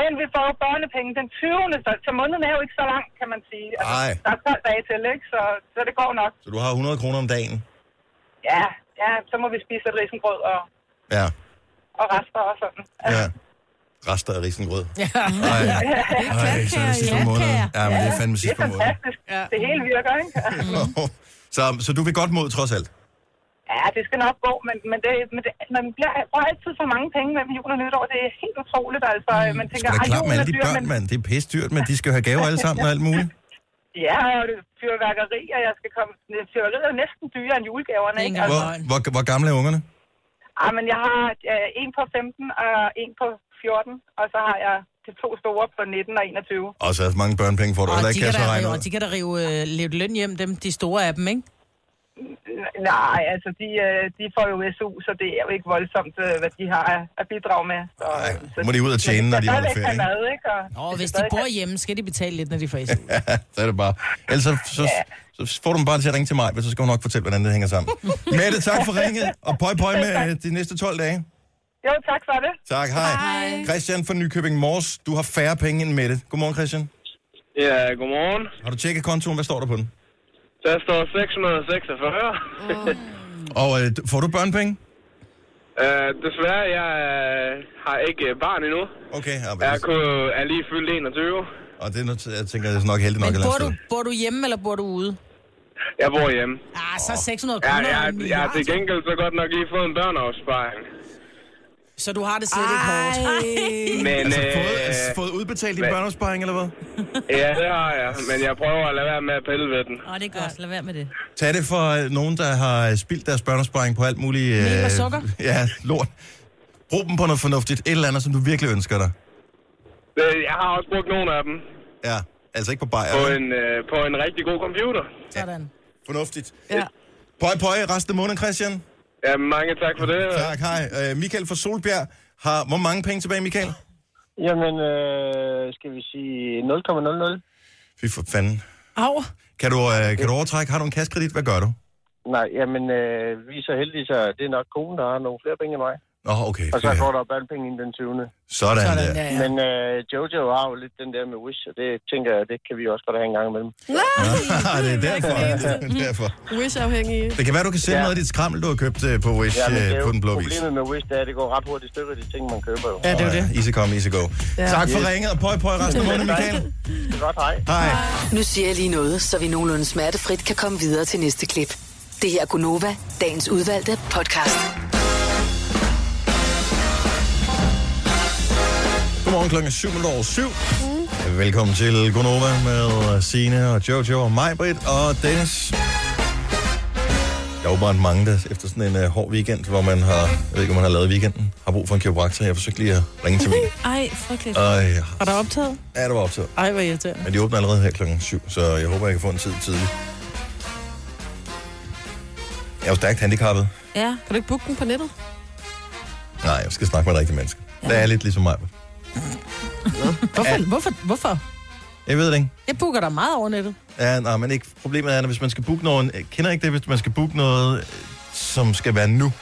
H: men vi får jo børnepenge den 20. Så, så måneden er jo ikke så lang, kan man sige. Altså,
A: Ej.
H: der er 12 dage til, ikke? Så, så det går nok.
A: Så du har 100 kroner om dagen.
H: Ja, ja så må vi spise et risengrød og,
A: Ja.
H: og rester og sådan. Altså,
A: Ja. Rester af risengrød. Ja. Ej, Ej, så er det sidste på
B: ja,
A: måneden.
B: kære.
A: Ja, men det er fandme
H: Det
A: sidste
H: er
A: på måneden.
H: fantastisk. Det hele virker, ikke?
A: Så, så du vil godt mod, trods alt.
H: Ja, det skal nok gå, men, men, det, men det, man bliver, får altid for mange penge mellem jul og nytår. Det er helt utroligt, altså.
A: Mm.
H: Man tænker,
A: Det er
H: "Ej,
A: klart
H: julen
A: med alle
H: er
A: de
H: dyr,
A: børn,
H: men-
A: mand. Det er pisse dyrt, men de skal jo have gaver alle sammen og alt muligt.
H: Ja, og det er fyrværkeri, og jeg skal komme... Fyrværkeri er jo næsten dyrere end julegaverne,
C: Det er
H: ikke?
C: ikke
H: Altså,
A: Hvor, hvor, hvor gamle er ungerne?
H: ah, men jeg har øh, en på 15 og en på 14, og så har jeg de to store på 19 og 21.
A: Og så mange børnepenge får du heller
C: Og de,
A: ikke, kan jeg
C: kan
A: så
C: da
A: regne
C: rive,
A: ud.
C: og de kan da rive øh, lidt løn hjem, dem, de store af dem, ikke?
H: N- Nej, altså, de, øh, de får jo SU, så det er jo ikke voldsomt, øh, hvad de har at- at bidrage med. Så,
A: Ej,
H: så
A: må de ud og tjene,
H: men
A: når de
H: skal
A: holder
H: stadigvæk
A: ferie,
H: have Mad, ikke? Og,
C: Og
H: det
C: hvis
H: skal
C: de
H: stadig-
C: bor hjemme, skal de betale lidt, når de får SU.
A: Så er det bare. Ellers så, så, så får du dem bare til at ringe til mig, men så skal hun nok fortælle, hvordan det hænger sammen. Mette, tak for ringet, og pøj pøj med øh, de næste 12 dage.
H: Jo, tak for det.
A: Tak, hej. hej. Christian fra Nykøbing Mors, du har færre penge end Mette. Godmorgen, Christian.
I: Ja, godmorgen.
A: Har du tjekket kontoen? Hvad står der på den?
I: Der står 646.
A: Og øh, får du børnepenge?
I: Uh, desværre, jeg øh, har ikke øh, barn endnu.
A: Okay, ja, men,
I: Jeg kunne, er lige fyldt 21.
A: og det er noget, jeg tænker, det er nok heldigt nok.
C: Men
A: et eller
C: bor
A: andet
C: du,
A: sted.
C: bor du hjemme, eller bor du ude?
I: Jeg bor hjemme.
C: Ah, så 600
I: Jeg,
C: kroner.
I: jeg,
C: er en
I: jeg har
C: milliard.
I: til gengæld så godt nok lige fået en børneopsparing.
C: Så du har det slet
D: Ah.
C: ikke hårdt.
I: Men,
A: Altså, fået,
I: øh,
A: altså, fået udbetalt din
I: hvad-
A: børneopsparing, eller hvad?
I: ja, det har jeg. Men jeg prøver at lade være med at pille ved den.
B: Åh, det er godt. Lad være med det.
A: Tag det for øh, nogen, der har spildt deres børneopsparing på alt muligt... Øh,
C: Mel og sukker?
A: Ja, lort. Brug dem på noget fornuftigt. Et eller andet, som du virkelig ønsker dig.
I: Øh, Jeg har også brugt nogle af dem
A: Ja, altså ikke på
I: på
A: bajer.
I: en, øh, på en rigtig god computer.
C: Sådan.
A: Fornuftigt.
D: Ja.
A: Pøj, pøj, resten af måneden, Christian.
I: Ja, mange tak for det.
A: Tak, hej. Øh, Michael fra Solbjerg har... Hvor mange penge tilbage, Michael?
J: Jamen, øh, skal vi sige 0,00?
A: Fy for fanden.
C: Au.
A: Kan du, øh, kan du overtrække? Har du en kassekredit? Hvad gør du?
J: Nej, jamen, øh, vi er så heldige, så det er nok konen, der har nogle flere penge end mig.
A: Nå, okay.
J: Og så
A: ja.
J: går der børnepenge ind den 20.
A: Sådan, der.
C: Sådan, ja, ja.
J: Men øh, Jojo har jo lidt den der med Wish, og det tænker jeg, det kan vi også godt have en gang imellem.
A: Ah, det er derfor. Det er derfor.
D: Wish-afhængige.
A: Det kan være, du kan sælge
J: Ja.
A: noget af dit skrammel, du har købt øh, på Wish
J: Ja, men det
A: ja,
J: er
A: på
J: jo
A: den blå vis.
J: problemet med Wish, det er, at det går ret hurtigt i stykker, de ting, man køber jo.
C: Ja, det er jo det.
A: Easy come, easy go. Ja. Tak for
J: Yes.
A: ringet, og pøj pøj resten af måneden, Michael.
J: Det er godt, hej.
A: Hej.
F: Nu siger jeg lige noget, så vi nogenlunde smertefrit kan komme videre til næste klip. Det her er Gunova, dagens udvalgte podcast.
A: Godmorgen klokken er syv minutter over syv. Mm. Velkommen til Gonova med Sine og Jojo og mig, Britt og Dennis. Der er åbenbart mange, der efter sådan en uh, hård weekend, hvor man har, jeg ved ikke, om man har lavet i weekenden, har brug for en kiropraktor. Jeg forsøgte lige at ringe til min.
C: Ej, frygteligt.
A: Ej,
C: Var der optaget?
A: ja, det var optaget.
C: Ej, hvor irriterende.
A: Men de åbner allerede her klokken 7, så jeg håber, jeg kan få en tid tidligt. Jeg er jo stærkt handicappet.
B: Ja.
D: Kan du ikke booke den på nettet?
A: Nej, jeg skal snakke med et rigtigt menneske. Ja. Der er lidt ligesom mig.
C: Hvorfor? Hvorfor? Hvorfor?
A: Jeg ved det ikke.
C: Jeg booker dig meget over nettet.
A: Ja, nej, men ikke. Problemet er, at hvis man skal booke noget... Jeg kender ikke det, hvis man skal booke noget, øh, som skal være nu.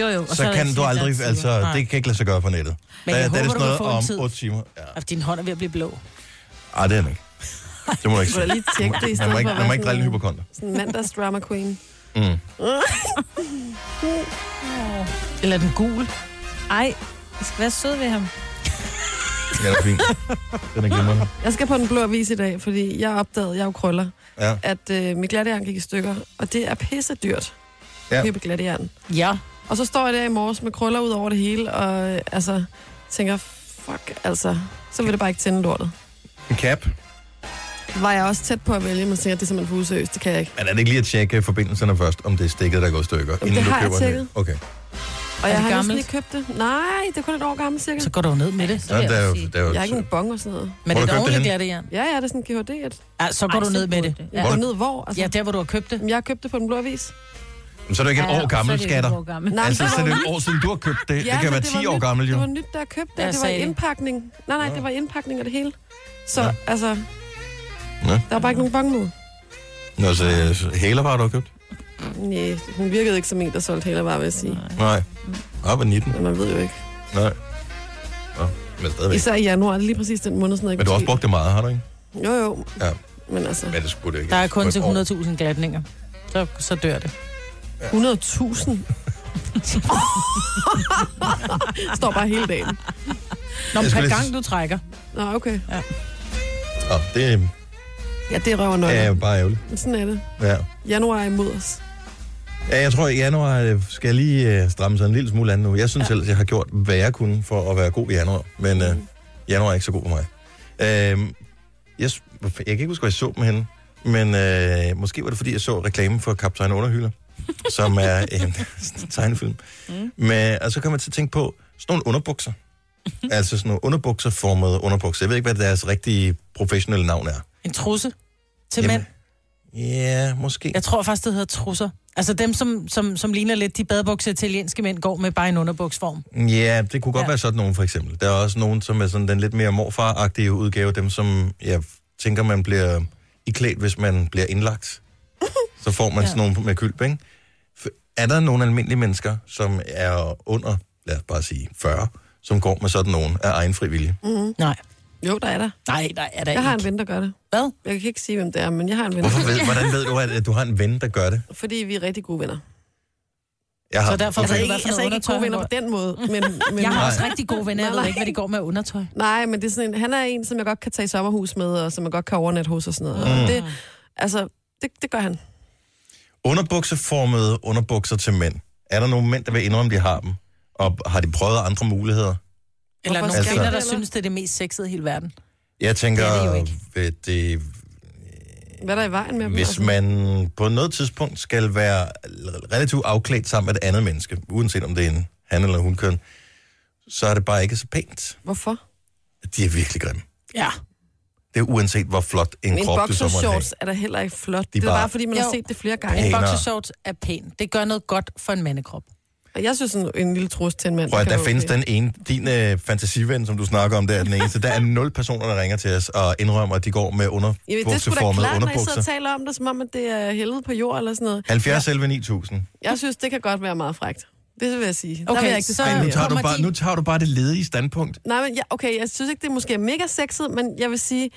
B: Jo, jo.
A: Så, så kan du aldrig... Altså, det kan ikke lade sig gøre på nettet.
C: Men jeg
A: der, der er
C: håber,
A: det
C: du
A: sådan
C: kan få en
A: noget
C: tid.
A: om 8 timer. Ja.
C: Altså, din hånd er ved at blive blå.
A: Ej, det er den ikke. Det må du ikke
D: Du må
A: sige.
D: da lige tjekke det i
A: Man
D: stedet
A: må ikke,
D: for at
A: man må
D: være
A: ikke drille en
D: sådan-
A: hypokonter.
D: Sådan en mandags drama queen.
A: Mm.
C: Eller den gul.
B: Ej, jeg skal være sød ved ham.
A: Ja, det er fint. Den er glimrende.
D: Jeg skal på den blå avis i dag, fordi jeg opdagede, jeg er jo krøller,
A: Ja.
D: at øh, mit glatjern gik i stykker, og det er pisse dyrt.
A: Ja.
D: Ja. Købe glatjern.
C: Ja.
D: Og så står jeg der i morges med krøller ud over det hele, og øh, altså, tænker, fuck, altså, så vil det bare ikke tænde lortet.
A: En cap.
D: Var jeg også tæt på at vælge, men tænker, det er simpelthen for useriøst, det kan jeg ikke.
A: Men er det ikke lige at tjekke forbindelserne først, om det er stikket, der går i stykker?
D: Jamen, det
A: du
D: har jeg
A: køber en ny?
D: tjekket.
A: Okay.
D: Og
C: Er
D: jeg
C: det
D: har næsten
C: gammelt?
D: ikke købt det. Nej, det er kun et år gammelt cirka.
C: Så går du jo ned med det.
A: Ja, der er jo, der er jo,
D: Jeg er ikke en bong og sådan noget.
C: Men
A: Hvor
C: det
A: har
C: er
A: du købt det
C: ordentligt
A: henne?
C: glatte jern.
D: Ja, ja, det er sådan en GHD. -et.
C: Ja, så går
B: Ej,
C: du
B: så
C: ned med
B: burde
C: det.
B: det.
D: Ja.
A: Hvor
D: Og
A: er
D: ned hvor? Altså,
C: Ja,
D: ja.
C: der hvor du har købt det.
D: Jeg har købt det på den blå avis.
A: Men så er du ikke et år gammel, skatter.
B: gammel.
A: Altså,
D: det
A: så er
D: var
A: det
D: nyt.
A: et år siden, du har købt det. det kan
D: men
A: være
D: var
A: 10 år
D: nyt.
A: gammel, jo.
D: Det var nyt, der købte
C: Ja,
D: det. Ja, det var
C: sagde det.
D: indpakning. Nej, nej, det var indpakning af det hele. Så
A: Ja.
D: ja. altså,
A: Ja.
D: der var bare ikke nogen bange mod.
A: Nå, så øh, hælervarer, du har købt?
D: Nej, hun virkede ikke som en, der solgte hele bare, vil jeg sige.
A: Nej. Op ad 19.
D: Men man ved jo ikke.
A: Nej. Nå, men stadigvæk.
D: Især i januar, det er lige præcis den måned, sådan noget.
A: Men du har også
D: ikke
A: brugt det meget, har du ikke?
D: kunne ske. Jo, jo.
A: Ja.
D: Men altså,
A: Men det skulle det ikke.
C: Der er kun
A: Et
C: til
A: år.
C: 100.000 glatninger. Så, så dør det.
D: 100.000 står bare hele dagen.
C: Nå, men
A: Jeg skulle
C: per
A: lige-
C: gang du trækker.
D: Nå, okay.
A: Nå, det
D: Ja, det røver nok.
A: er
D: Ja.
A: jo bare ærgerligt.
D: Sådan er det.
A: Ja.
D: Januar er imod os.
A: Ja, jeg tror, i januar øh, skal jeg lige øh, stramme sig en lille smule an nu. Jeg synes selv, at jeg har gjort, hvad jeg kunne for at være god i januar. Men øh, januar er ikke så god for mig. Øh, jeg, s- hvor fa- jeg kan ikke huske, hvor jeg så dem henne. Men øh, måske var det, fordi jeg så reklame for Kaptajn Underhylder, som er en tegnefilm. Mm. Men, og så kom jeg til at tænke på sådan nogle underbukser. altså sådan nogle underbukserformede underbukser. Jeg ved ikke, hvad deres rigtige professionelle navn er.
C: En trusse til
A: Jamen,
C: mænd.
A: Ja, måske.
C: Jeg tror faktisk, det hedder trusser. Altså dem, som, som, som ligner lidt de badebukser, italienske mænd går med bare en underbuksform.
A: Mm. Ja, det kunne godt ja.
C: Ja.
A: være sådan nogen, for eksempel. Der er også nogen, som er sådan den lidt mere morfaragtige udgave, dem som jeg tænker, man bliver iklædt, hvis man bliver indlagt. Så får man ja.
C: Ja.
A: sådan nogen med kylp, ikke? F- Er der nogle almindelige mennesker, som er under, lad os bare sige, 40, som går med sådan nogen af egen frivillige? Mm.
C: Nej.
D: Jo, der er der.
C: Nej, der er der
D: Jeg har en
C: ikke.
D: ven, der gør det.
C: Hvad?
D: Jeg kan ikke sige, hvem det er, men jeg har en ven.
A: Hvorfor, ved- hvordan ved du, at at du har en ven, der gør det?
D: Fordi vi er rigtig gode venner.
A: Jeg har,
C: Så derfor
A: jeg,
C: ved
A: ved-
C: du,
D: Ikke,
C: hvad for
D: altså
C: noget
D: ikke
C: undertøj
D: gode venner
C: han
D: på den måde, men... men
C: Jeg har
A: Nej.
C: også rigtig gode venner. Jeg ved ikke, hvad de går med af undertøj.
D: Nej, men det er sådan en, han er en, som jeg godt kan tage i sommerhus med, og som jeg godt kan overnatte hos og sådan noget. Mm. Og det, altså, det, det gør han.
A: underbukseformede underbukser til mænd. Er der nogle mænd, der vil indrømme, de har dem? Og har de prøvet andre muligheder?
C: Eller nogle
A: Altså-
C: kvinder, der
D: Eller-
C: synes, det er det mest sexede i hele verden.
A: Jeg tænker,
C: Det er det jo ikke.
A: ved det,
D: Hvad er der i vejen med dem?
A: hvis
D: Altså,
A: man på noget tidspunkt skal være relativt afklædt sammen med et andet menneske, uanset om det er en han eller hun køn, så er det bare ikke så pænt.
D: Hvorfor?
A: De er virkelig grimme.
C: Ja.
A: Det er uanset, hvor flot en
D: Men
A: krop du så måtte have.
D: boxershorts er da heller ikke flot.
A: De
D: det er
A: bare-
D: bare, fordi man har
C: Jo.
D: set det flere
A: Hey.
D: gange.
C: En
A: Pænere.
C: boxershort er pæn. Det gør noget godt for en mandekrop.
D: Og jeg synes, en, en lille trus til en mand...
A: Prøv at,
D: det kan
A: der
D: være
A: findes
D: okay.
A: den ene, din øh, fantasiven, som du snakker om, der er den eneste. Der er nul personer, der ringer til os og indrømmer, at de går med
D: Jamen, det skulle da
A: underbukseformede
D: klart, når I sidder og
A: underbukser.
D: taler om det, som om, at det er helvede på jord eller sådan noget.
A: 70 11 9000.
D: Jeg synes, det kan godt være meget frægt. Det vil jeg sige.
C: Okay,
D: der vil jeg ikke
C: så-
D: diskutere.
A: Men nu tager, du
C: kommer
A: bare,
C: de-
A: nu tager du bare det ledige standpunkt.
D: Nej, men ja, okay, jeg synes ikke, det er måske mega sexet, men jeg vil sige,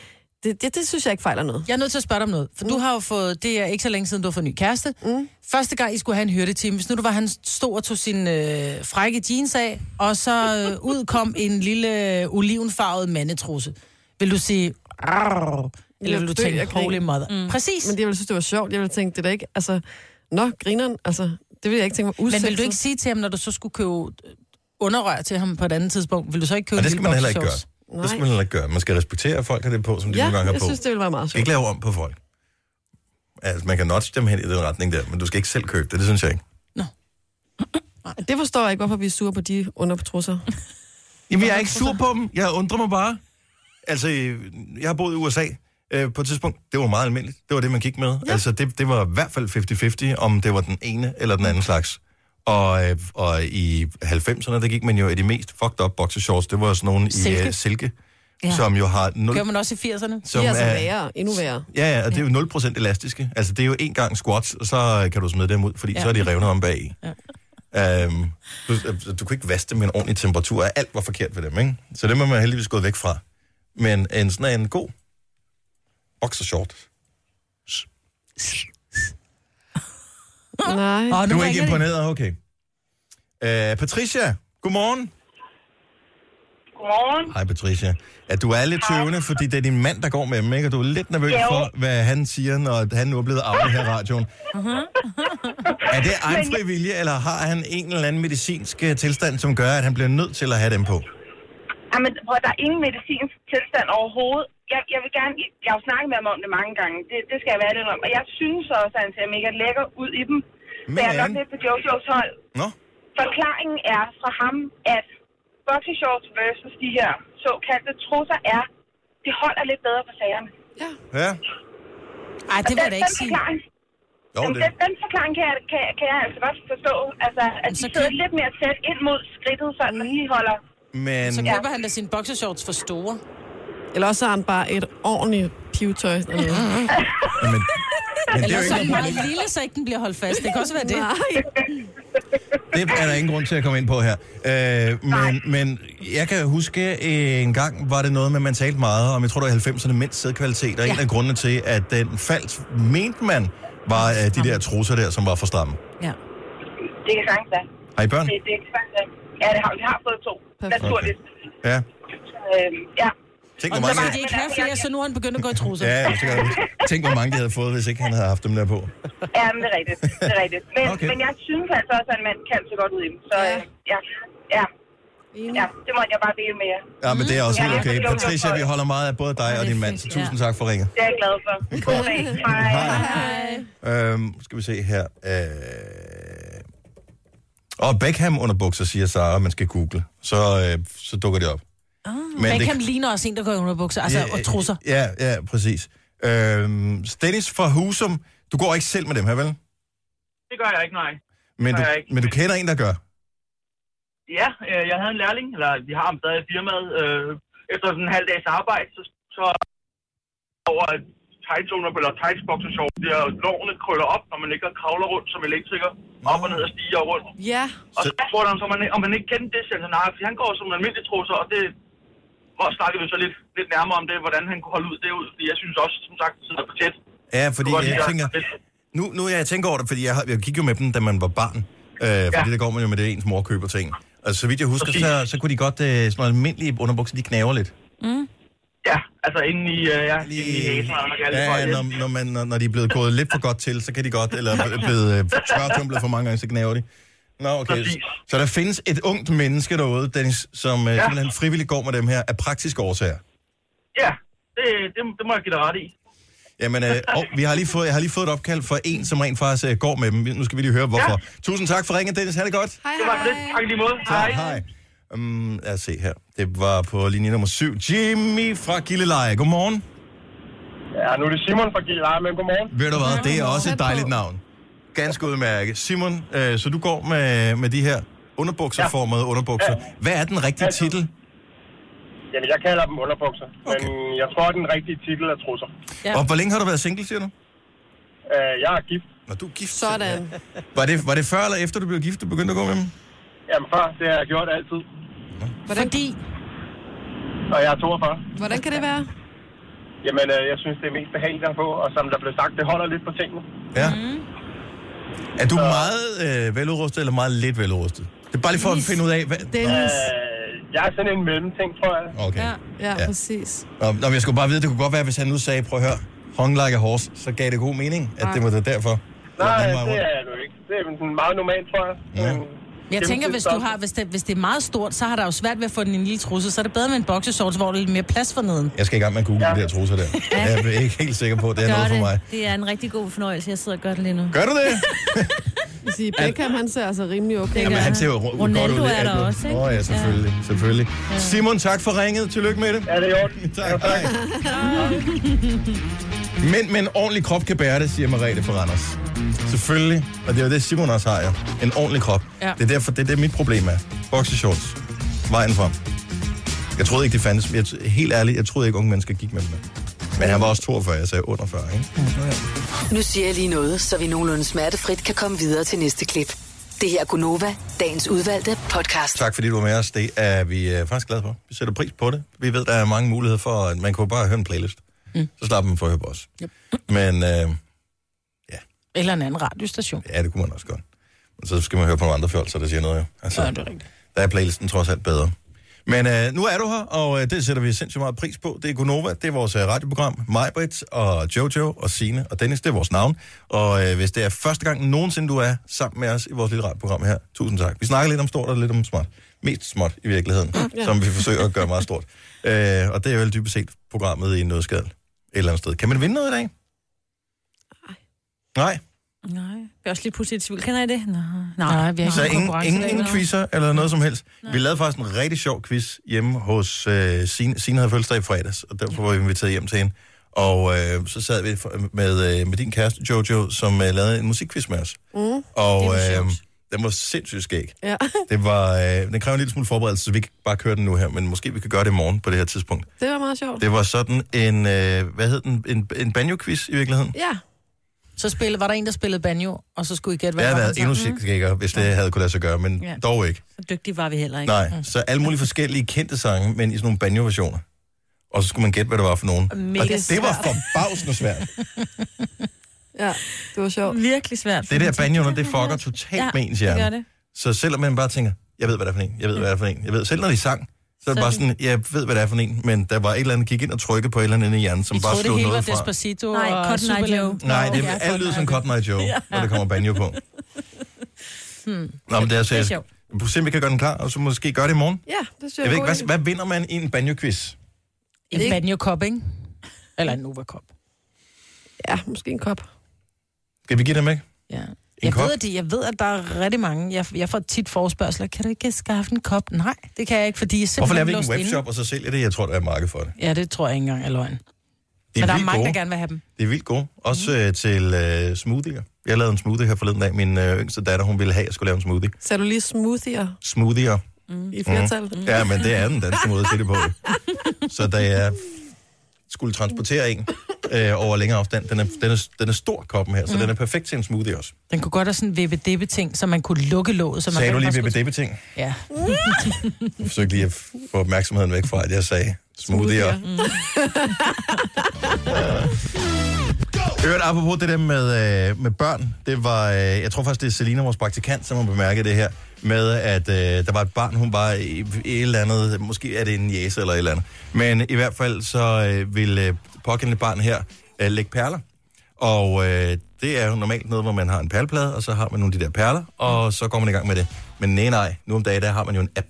D: det, det, det synes jeg ikke fejler noget.
C: Jeg er nødt til at spørge dig om noget, for mm. du har jo fået, det er ikke så længe siden, du har fået en ny kæreste. Mm. Første gang, I skulle have en hyrdetime, hvis nu du var, han stod og tog sin øh, frække jeans af, og så øh, ud kom en lille øh, olivenfarvet mandetrusse. Vil du sige, "Arr", eller
D: Jeg
C: vil du
D: dø af
C: tænke,
D: grin.
C: holy mother? Mm. Præcis.
D: Men
C: Men,
D: det, jeg ville synes, det var sjovt. Jeg ville tænke, det er da ikke, altså, nå, grineren, altså, det ville jeg ikke tænke mig
C: Men
D: usættet.
C: vil du ikke sige til ham, når du så skulle købe øh, underrør til ham på et andet tidspunkt, vil du så ikke købe
A: Og det
C: en
A: skal
C: lille
A: man heller ikke
C: boxershorts?
A: Det skal man heller ikke gøre. Man skal respektere, at folk har det på, som de
D: Ja,
A: nogle gange har
D: jeg
A: på.
D: synes, det ville være meget sjovt.
A: Ikke lave om på folk. Altså, man kan notche dem hen i den retning der, men du skal ikke selv købe det, det synes jeg ikke.
D: Det forstår jeg ikke, hvorfor vi er sure på de undertrusser.
A: Jamen, jeg er ikke sur på dem. Jeg undrer mig bare. Altså, øh, jeg har boet i USA øh, på et tidspunkt. Det var meget almindeligt. Det var det, man gik med. Ja. Altså, det, det var i hvert fald 50-50, om det var den ene eller den anden slags. Og, øh, og i 90'erne, der gik man jo i de mest fucked up boxershorts. Det var sådan nogle i
C: Silke.
A: øh, silke,
C: Ja.
A: ja. som jo har... Nul...
C: Gør man også i 80'erne?
A: Som er-
D: endnu altså værre.
A: Ja, ja, og det er jo 0% elastiske. Altså, det er jo en gang squats, og så kan du smide dem ud, fordi ja.
C: Ja.
A: så er de revnet om bag i. Ja. Øhm, du, du kunne ikke vaske dem med en ordentlig temperatur, og alt var forkert ved dem, ikke? Så det må man heldigvis gået væk fra. Men en sådan en god boxershort.
D: Nej.
C: Åh,
A: Du er ikke imponeret, okay. Øh, Patricia, godmorgen.
H: Godmorgen.
A: Hej Patricia. At du er lidt tøvende, fordi det er din mand, der går med dem, ikke? Og du er lidt nervøs
H: Jo.
A: for, hvad han siger, når han nu er blevet af her i radioen. Er det egen fri vilje, eller har han en eller anden medicinsk øh, tilstand, som gør, at han bliver nødt til at have dem på?
H: Jamen, hvor der er ingen medicinsk tilstand overhovedet. Jeg, jeg vil gerne, jeg har jo snakket med ham om det mange gange, det, det skal jeg være lidt om. Og jeg synes også, at han ser mega lækker ud i dem. Men jeg er nok
A: Men-
H: lidt på Jojos hold.
A: Nå?
H: Forklaringen er fra ham, at boxershorts versus de her såkaldte trusser er, det holder lidt bedre på sagerne.
A: Ja?
C: Ej, det vil jeg da ikke
H: den
C: sige.
H: Forklaring,
A: Jo,
H: Jamen,
A: det.
H: den, den forklaring kan jeg, kan, kan jeg altså godt forstå. Altså, at de
C: så
H: sidder
C: kan-
H: lidt mere tæt ind mod skridtet, så den lige holder...
A: Men
C: Så køber han da sine boxershorts for store.
D: Eller også har han bare et ordentligt pivetøj. dernede.
A: men, men det, er
C: Eller
A: jo
C: så er den
A: ikke,
C: meget lille, så ikke den bliver holdt fast. Det kan også være det.
A: det er der ingen grund til at komme ind på her. Øh, men, men jeg kan huske, øh, en gang var det noget med, at man talte meget om, jeg tror det var 90'erne, mindst sædkvalitet, og ja. en af grundene til, at den faldt, mente man, var øh, de der trusser der, som var for stramme.
B: Ja.
H: Det kan sagtens være.
A: Har I børn?
H: Det, det kan sagtens være. Ja, det har, vi har fået to. Naturligt.
A: Ja.
H: Øhm, ja.
A: Tænk,
C: Og
A: hvor
C: så
A: mange...
C: skal de ikke have flere, så nu er han begyndt at gå i trusser.
A: Ja, ja, så kan jeg tænk, hvor mange de havde fået, hvis ikke han havde haft dem der på.
H: ja, men det er rigtigt. Det er rigtigt. Men,
A: Okay.
H: okay. men jeg synes altså også, at en mand kan så godt ud i dem. Så øh, ja, ja, ja, det måtte jeg bare dele med jer.
A: Ja, men det er også
H: Mm. Ja,
A: helt okay.
H: det er jo
A: Patricia,
H: godt.
A: vi holder meget af både dig og din mand, så tusind tak for ringet.
H: Det er jeg glad for. God dag. Hej.
A: Øhm, skal vi se her. Øh... Og Beckham under bukser, siger Sara, man skal google. Så, øh, så dukker det op. Men det-
C: Ah. Beckham ligner også en, der går i underbukser, altså og trusser.
A: Ja, ja, præcis. Øhm, Dennis fra Husum, du går ikke selv med dem her, vel?
K: Det gør jeg ikke, nej.
A: Men
K: gør
A: du,
K: jeg ikke.
A: men du kender en, der gør.
K: Ja, øh, jeg havde en lærling, eller vi har ham stadig i firmaet. Øh, efter sådan en halv dags arbejde, så, så over at tightzone, eller tightsboxershorts, der lårene krøller op, når man ligger og kravler rundt som elektriker, op og ned og stiger og rundt.
D: Ja.
K: Og så spurgte han, om man, om man ikke kendte det, siger han, så, nej, fordi han går som en almindelig trusser, og det hvor snakkede vi så lidt, lidt nærmere om det, hvordan han kunne holde ud det ud, fordi jeg synes også, som sagt, det er for tæt.
A: Ja, fordi
K: Kunne godt
A: jeg
K: lide at-
A: tænker... Nu, nu jeg tænker over det, fordi jeg, har- jeg gik jo med dem, da man var barn. Øh, fordi der går man jo med det, ens mor køber ting. Og så vidt jeg husker, så, så kunne de godt... Øh, sådan nogle almindelige underbukser, de knaver lidt.
K: Ja, altså inden i, øh, ja, inden i næsen, eller hvad man kalder det for.
A: Ja, når, når, man, når, når de er blevet gået lidt for godt til, så kan de godt... Eller er blevet øh, tørretumblet for mange gange, så knaver de. Nå, okay.
K: Præcis.
A: Så der findes et ungt menneske derude, Dennis, som øh, simpelthen frivilligt går med dem her af praktiske årsager.
K: Ja, det, det, det må jeg give dig ret i.
A: Jamen, øh, og vi har lige fået, jeg har lige fået et opkald fra en, som rent faktisk øh, går med dem. Nu skal vi lige høre, hvorfor. Ja. Tusind tak for ringen, Dennis. Ha' det godt.
D: Hej,
K: Det var det. Tak i lige måde.
A: Hej. Hej. Um, lad os se her. Det var på linje nummer 7. Jimmy fra Gilleleje. Godmorgen.
J: Ja, nu er det Simon fra Gilleleje, men godmorgen.
A: Ved du hvad, det er også et dejligt navn. Ganske udmærket. Simon, øh, så du går med, med de her underbukserformede underbukser. Hvad er den rigtige titel?
J: Jamen, jeg kalder dem underbukser, okay. men jeg tror, at den rigtige titel er trusser.
A: Ja. Og hvor længe har du været single, siger du?
J: Øh, jeg er gift.
A: Når du er gift.
D: Sådan.
A: Var det, var det før eller efter, du blev gift, du begyndte at gå med dem?
J: Jamen, før, det har jeg gjort altid,
D: Hvordan,
C: Fordi
J: og jeg er 42.
D: hvordan kan det være?
J: Jamen, øh, jeg synes, det er mest behageligt at få, og som der blev sagt, det holder lidt på tingene.
A: Ja. Mm. Er du meget øh, veludrustet eller meget lidt veludrustet? Det er bare lige for at finde ud af, hvad...
D: Dennis.
J: Øh, jeg er sådan en mellemting, tror jeg.
A: Okay. Ja.
D: Ja, præcis.
A: Nå, nå, men jeg skulle bare vide, det kunne godt være, hvis han nu sagde, prøv at høre, hung like a horse, så gav det god mening, at det var det derfor. Eller
J: Nej,
A: den vej rundt.
J: det er jeg nu ikke. Det er sådan meget normalt, tror jeg. Men
C: Jeg tænker, hvis, du har, hvis, det, hvis det er meget stort, så har der jo svært ved at få den i en lille trusse. Så er det bedre med en boxershorts, hvor der er lidt mere plads for neden.
A: Jeg skal i gang med at google ja. de der trusser der. Jeg er ikke helt sikker på, at det er
B: Gør
A: noget for mig.
B: Det er en rigtig god fornøjelse. Jeg sidder og gør det lige nu.
A: Gør du det?
D: I siger, Beckham, han ser altså rimelig okay.
A: Jamen, han ser jo ro- godt ud.
D: Ronaldo
A: i
D: er
A: alt
D: der
A: muligt.
D: også, ikke?
A: Åh oh, ja, selvfølgelig. Ja. selvfølgelig. Ja. Simon, tak for ringet. Tillykke med det.
G: Ja, det er i orden.
A: tak. tak. Men med en ordentlig krop kan bære det, siger Merete for Randers. Selvfølgelig. Og det er jo det, Simon også har, ja. En ordentlig krop.
L: Ja.
A: Det er derfor, det er det, mit problem er. Boxershorts. Vejen frem. Jeg troede ikke, det fandtes. Jeg, t- helt ærligt, jeg troede ikke, unge mennesker gik med dem. Men han var også 42, jeg sagde 48, ikke?
F: Nu siger jeg lige noget, så vi nogenlunde smertefrit kan komme videre til næste klip. Det her er Gunova, dagens udvalgte podcast.
A: Tak fordi du var med os. Det er vi øh, faktisk glade for. Vi sætter pris på det. Vi ved, der er mange muligheder for, at man kunne bare høre en playlist. Mm. Så slapper man for at høre på os. Yep. Men øh,
C: Eller en anden radiostation.
A: ja, det kunne man også godt. Men så skal man høre på nogle andre fjolser, der siger noget jo. Altså,
C: Ja, det er rigtigt.
A: Der er playlisten trods alt bedre. Men øh, nu er du her, og øh, det sætter vi sindssygt meget pris på. Det er Gunova, det er vores øh, radioprogram. Majbrit og Jojo og Sine og Dennis, det er vores navn. Og øh, hvis det er første gang nogensinde, du er sammen med os i vores lille radioprogram her, tusind tak. Vi snakker lidt om stort og lidt om småt. Mest småt i virkeligheden,
L: Ja.
A: ja. som vi forsøger at gøre meget stort. Øh, og det er jo dybest set programmet i en nødskal et eller andet sted. Kan man vinde noget i dag? Nej.
B: Nej, det er også lige pludselig i tvivl. Kender I det? Nej,
C: Nej, vi har
A: Så ingen, ingen, ingen quizzer eller noget som helst. Vi lavede faktisk en rigtig sjov quiz hjemme hos øh, Signe. Signe havde fødselsdag i fredags, og derfor var vi inviteret hjem til hende. Og øh, så sad vi for- med, øh, med din kæreste Jojo, som øh, lavede en musikquiz med os.
D: Mm.
A: Og øh, den var sindssygt skæg.
D: Ja.
A: Det var, øh, den kræver en lille smule forberedelse, så vi kan ikke bare køre den nu her, men måske vi kan gøre det i morgen på det her tidspunkt.
D: Det var meget sjovt.
A: Det var sådan en, øh, hvad hed den, en, en banjo-quiz i virkeligheden?
D: Ja.
C: Så spil, var der en, der spillede banjo, og så skulle I gætte,
A: Det
C: hvad
A: havde
C: var
A: været
C: han
A: endnu
C: sang. Mm.
A: skækkere, hvis det havde kunne lade sig gøre, men
C: Ja.
A: dog ikke.
B: Så dygtige var vi heller ikke.
A: Nej, så alle mulige forskellige kendte sange, men i sådan nogle banjo-versioner. Og så skulle man gætte, hvad det var for nogen.
B: Mega
A: og det, det var
B: svært.
A: forbavsende svært.
D: Ja, det var sjovt.
B: Virkelig svært.
A: Det der banjo, det fucker totalt
B: Ja,
A: med ens
B: det gør
A: hjerne.
B: det.
A: Så selvom man bare tænker, jeg ved, hvad det er for en, jeg ved, hvad det er for en, jeg ved, selv når de sang, så er det bare sådan, jeg ved, hvad det er for en, men der var et eller andet, gik ind og trykkede på et eller andet inde i hjernen, som
C: I
A: bare
C: troede, det
A: slog
C: hele var
A: noget fra.
C: Despacito
B: Nej,
C: og
B: Cotton Eye
C: Superlem.
B: Joe.
A: Nej,
C: Nå,
A: det
C: ja,
A: er alt lyder som Cotton Eye Joe,
C: Ja.
A: når der kommer banjo på.
C: Hmm.
A: Nå, men det er
C: Det er
A: så,
C: sjovt.
A: jeg, simpelthen kan gøre den klar, og så måske gøre det i morgen.
D: Ja, det synes jeg,
A: Jeg ved ikke,
D: er
A: hvad, hvad vinder man i en banjo-quiz?
C: En banjo-kop, ikke? Eller en Nova-kop.
D: Ja, måske en kop.
A: Skal vi give det med?
C: Ja.
A: En
C: Jeg
A: kop?
C: ved, at de, jeg ved, at der er rigtig mange. Jeg, jeg får tit forspørgseler. Kan du ikke skaffe en kop? Nej, det kan jeg ikke, fordi jeg er
A: Hvorfor laver vi ikke
C: simpelthen
A: en
C: låst inde.
A: webshop, og så sælger det? Jeg tror, der er marked for det.
C: Ja, det tror jeg ikke engang er løgn.
A: De
C: Men der er
A: vildt
C: mange,
A: gode.
C: der gerne vil have dem.
A: Det er vildt gode. Også øh, til øh, smoothier. Jeg lavede en smoothie her forleden dag. Min øh, yngste datter, hun ville have, at jeg skulle lave en smoothie.
D: Sagde du lige smoothier
A: Smoothier.
D: mm. i flertal? Mm.
A: Ja, men det er den danske måde at sige det på. Så da jeg skulle transportere en øh, over længere afstand, den er, den, er, den er stor koppen her, så mm. den er perfekt til en smoothie også.
C: Den kunne godt have sådan en vippedippe-ting, så man kunne lukke låget. Så man
A: Sagde
C: rent
A: du lige
C: faktisk kunne-
A: vippedippe-ting?
C: Ja.
A: Jeg forsøgte lige at få opmærksomheden væk fra, at jeg sagde smoothier.
D: Mm.
C: Mm.
A: Øvrigt, apropos det der med, øh, med børn, det var, øh, jeg tror faktisk, det er Selina, vores praktikant, som har bemærket det her, med at øh, der var et barn, hun var i, i et eller andet, måske er det en jæse eller et eller andet, men i hvert fald så øh, ville øh, pågældende barn her øh, lægge perler, og øh, det er jo normalt noget, hvor man har en perleplade, og så har man nogle af de der perler, og så går man i gang med det. Men nej, nej, nu om dagen, der har man jo en app.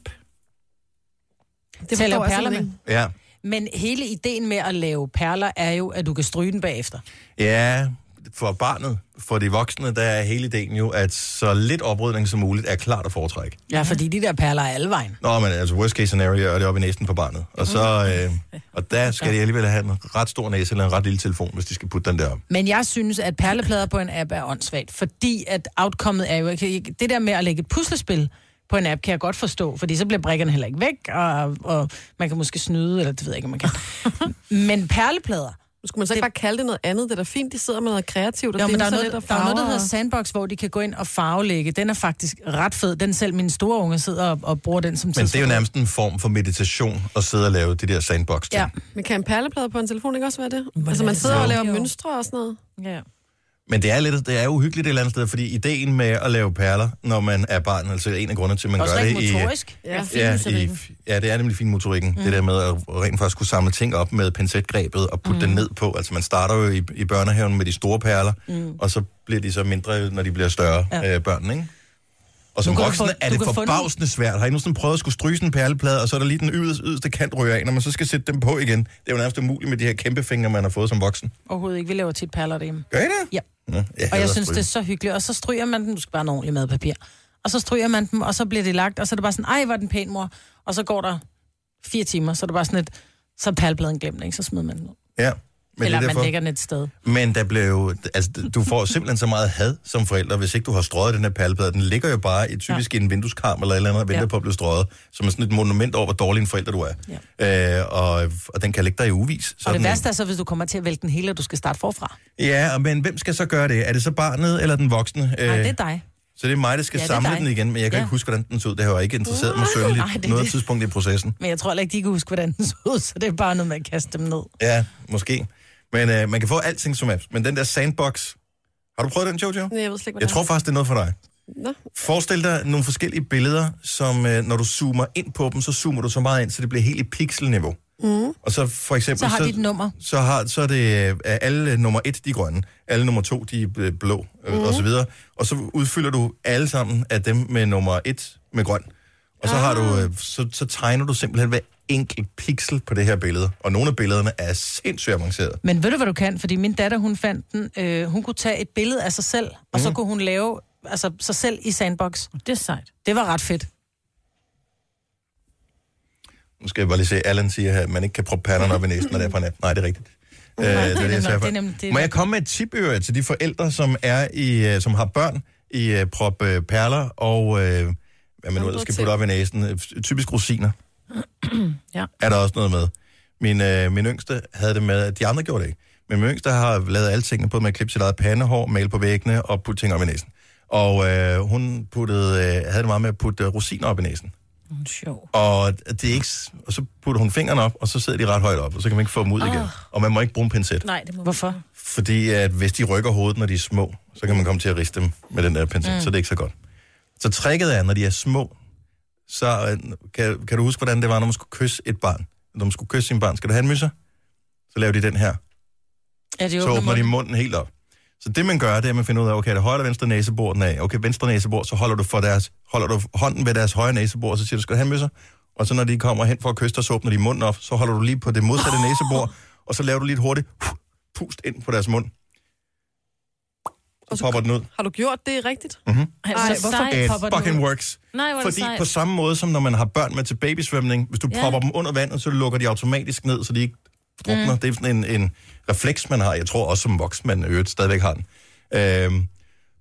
C: Det til at lave
D: jeg
C: perler med.
D: simpelthen
A: Ja,
C: Men hele ideen med at lave perler er jo, at du kan stryge den bagefter.
A: Ja, for barnet, for de voksne, der er hele ideen jo, at så lidt oprydning som muligt er klart at foretrække.
C: Ja, fordi de der perler er alle vejen.
A: Nå, men altså worst case scenario er det op i næsen på barnet. Og, så,
C: Mhm.
A: øh, og der skal de alligevel have en ret stor næse eller en ret lille telefon, hvis de skal putte den der op.
C: Men jeg synes, at perleplader på en app er åndssvagt, fordi at outcomeet er jo ikke... Det der med at lægge et puslespil på en app, kan jeg godt forstå, fordi så bliver brikkerne heller ikke væk, og, og man kan måske snyde, eller det ved jeg ikke, om man kan. Men perleplader...
D: Skulle man så ikke bare kalde det noget andet? Det er da fint, de sidder med noget kreativt. Og
C: Jo, men der er,
D: flimser
C: noget,
D: lidt
C: der,
D: og
C: er noget, der
D: farver
C: hedder
D: og-
C: Sandbox, hvor de kan gå ind og farvelægge. Den er faktisk ret fed. Den selv mine store unge sidder og, og bruger den som
A: Men det er jo
C: tidsfordriv.
A: nærmest en form for meditation at sidde og lave de der sandbox ting.
D: Ja, men kan en perleplade på en telefon ikke også være det? altså, man sidder og laver mønstre og sådan noget.
B: Ja.
A: Men det er, lidt, det er uhyggeligt et eller andet sted, fordi ideen med at lave perler, når man er barn, altså en af grundene til, at man
C: Også
A: gør
C: rent
A: det i... øh,
C: motorisk. Ja.
A: Ja, i,
C: Finmotorikken.
A: ja, det er nemlig fin motorikken. Mm. Det der med at rent faktisk kunne samle ting op med pincetgrebet og putte mm. den ned på. Altså man starter jo i, i børnehaven med de store perler, mm. og så bliver de så mindre, når de bliver større, ja. øh, børn, ikke? Og som
C: Du kan
A: voksen
C: få-
A: er
C: du
A: det
C: kan få den.
A: forbavsende svært. Har I nu sådan prøvet at skulle stryge sådan en perleplade, og så er der lige den yderste, yderste kant ryger af, når man så skal sætte dem på igen. Det er jo nærmest umuligt med de her kæmpe fingre, man har fået som voksen.
C: Overhovedet ikke. Vi laver tit perler derhjemme.
A: Gør I det?
C: Ja.
A: Nå, jeg
C: Og
A: hader
C: jeg synes,
A: stryge.
C: det er så hyggeligt. Og så stryger man den. Du skal bare have noget ordentligt madpapir. Og så stryger man dem, og så bliver det lagt. Og så er det bare sådan, ej, hvor er den pæn, mor. Og så går der fire timer, så er det bare sådan et, så er perlebladen glemt, ikke? Så smider man den ud.
A: Ja.
C: Men Eller man lægger den et sted.
A: Men der blev jo, altså, du får simpelthen så meget had som forældre, hvis ikke du har strøget den her palplade. Den ligger jo bare i typisk ja. en vindueskarm eller et eller andet, og venter
E: Ja.
A: ja. på at blive strøget, som er sådan et monument over, hvor dårlig en forælder du er. Ja. Øh, og, og den kan ligge der i uvis.
C: Og
A: sådan
C: det
A: en.
C: værste er så, hvis du kommer til at vælte den hele, og du skal starte forfra.
A: Ja, og- men hvem skal så gøre det? Er det så barnet eller den voksne?
C: Nej,
A: Øh,
C: det er dig.
A: Så det er mig, der skal
C: Ja,
A: ja,
C: det er
A: samle
C: dig.
A: den igen, men jeg kan
C: Ja.
A: ja. ikke huske, hvordan den så ud. Det har jo ikke interesseret mig
C: Nej,
A: sønderligt
C: det er
A: noget
C: det.
A: tidspunkt i processen.
C: Men jeg tror heller ikke, de kan huske, hvordan den så ud, så det er bare noget med at kaste dem ned.
A: Ja, måske. Men øh, man kan få alting som apps. Men den der sandbox, har du prøvet den, Jojo?
D: Nej, jeg ved slet ikke,
A: Jeg
D: hvad det
A: tror
D: er.
A: faktisk, det er noget for dig.
D: Nå.
A: Forestil dig nogle forskellige billeder, som øh, når du zoomer ind på dem, så zoomer du så meget ind, så det bliver helt i pixelniveau.
C: Mm.
A: Og så for eksempel...
C: Så har de et nummer.
A: Så, har, så er det øh, er alle øh, nummer et, de er grønne. Alle nummer to, de er øh, blå,
C: Mm.
A: øh,
E: Mhm.
A: og så videre. Og så udfylder du alle sammen af dem med nummer et med grøn. Og så, har
C: Ah.
A: du, øh, så, så tegner du simpelthen hver enkelt pixel på det her billede. Og nogle af billederne er sindssygt avancerede.
C: Men ved du, hvad du kan? Fordi min datter, hun fandt den. Øh, hun kunne tage et billede af sig selv, og så
A: Mhm.
C: kunne hun lave altså, sig selv i sandbox.
B: Det er sejt.
C: Det var ret fedt.
A: Nu skal jeg bare lige se, Allan siger her, at man ikke kan proppe panderne op i næsen, når det er på nat. Nej, det er rigtigt. Øh, det er det,
C: nemlig-
A: jeg sagde
C: det er
A: før.
C: nemlig- det er
A: Må jeg
C: rigtigt.
A: komme med et tip øh, til de forældre, som er i, øh, som har børn i øh, prop øh, perler og øh, hvad man nu ellers skal putte op i næsen. Øh, Typisk rosiner
B: ja.
A: er der også noget med. Min, øh, min yngste havde det med, at de andre gjorde det ikke. Men min yngste har lavet alle tingene på med at klippe sit eget pandehår, male på væggene og putte ting op i næsen. Og øh, hun puttede, øh, havde det meget med at putte øh, rosiner op i næsen.
C: Mm,
B: Hun er sjov.
A: Og, det er ikke, s- og så putter hun fingrene op, og så sidder de ret højt op, og så kan man ikke få dem ud
B: Ah.
A: igen. Og man må ikke bruge en pincet.
B: Nej, det må Hvorfor?
A: Fordi at hvis de rykker hovedet, når de er små, så kan man komme til at riste dem med den der pincet,
B: Mm.
A: mm. så det er ikke så godt. Så tricket er, når de er små, så øh, kan, kan du huske, hvordan det var, når man skulle kysse et barn? Når man skulle kysse sin barn, skal du have en myser? Så laver de den her.
C: Ja, de
A: så
C: åbner
A: åbner de
C: munden.
A: munden helt op. Så det, man gør, det er, at man finder ud af, okay, er det højre eller venstre næsebord den er af? Okay, venstre næsebord, så holder du, for deres, holder du hånden ved deres højre næsebord, og så siger du, skal du have en myser? Og så når de kommer hen for at kysse dig, så åbner de munden op, så holder du lige på det modsatte næsebord, og så laver du lige et hurtigt pust ind på deres mund. Så popper den ud.
D: Har du gjort det rigtigt?
A: Mm-hmm.
D: Ej, hvorfor
A: It
D: popper den
A: fucking
D: ud?
A: works.
D: Nej, hvor er det
A: Fordi
D: sejt.
A: på samme måde som når man har børn med til babysvømning, hvis du
D: Ja.
A: ja. popper dem under vandet, så lukker de automatisk ned, så de ikke drukner.
E: Mm.
A: Mm. Det er sådan en, en refleks, man har. Jeg tror også som voksen, man i øvrigt stadigvæk har den. Øhm,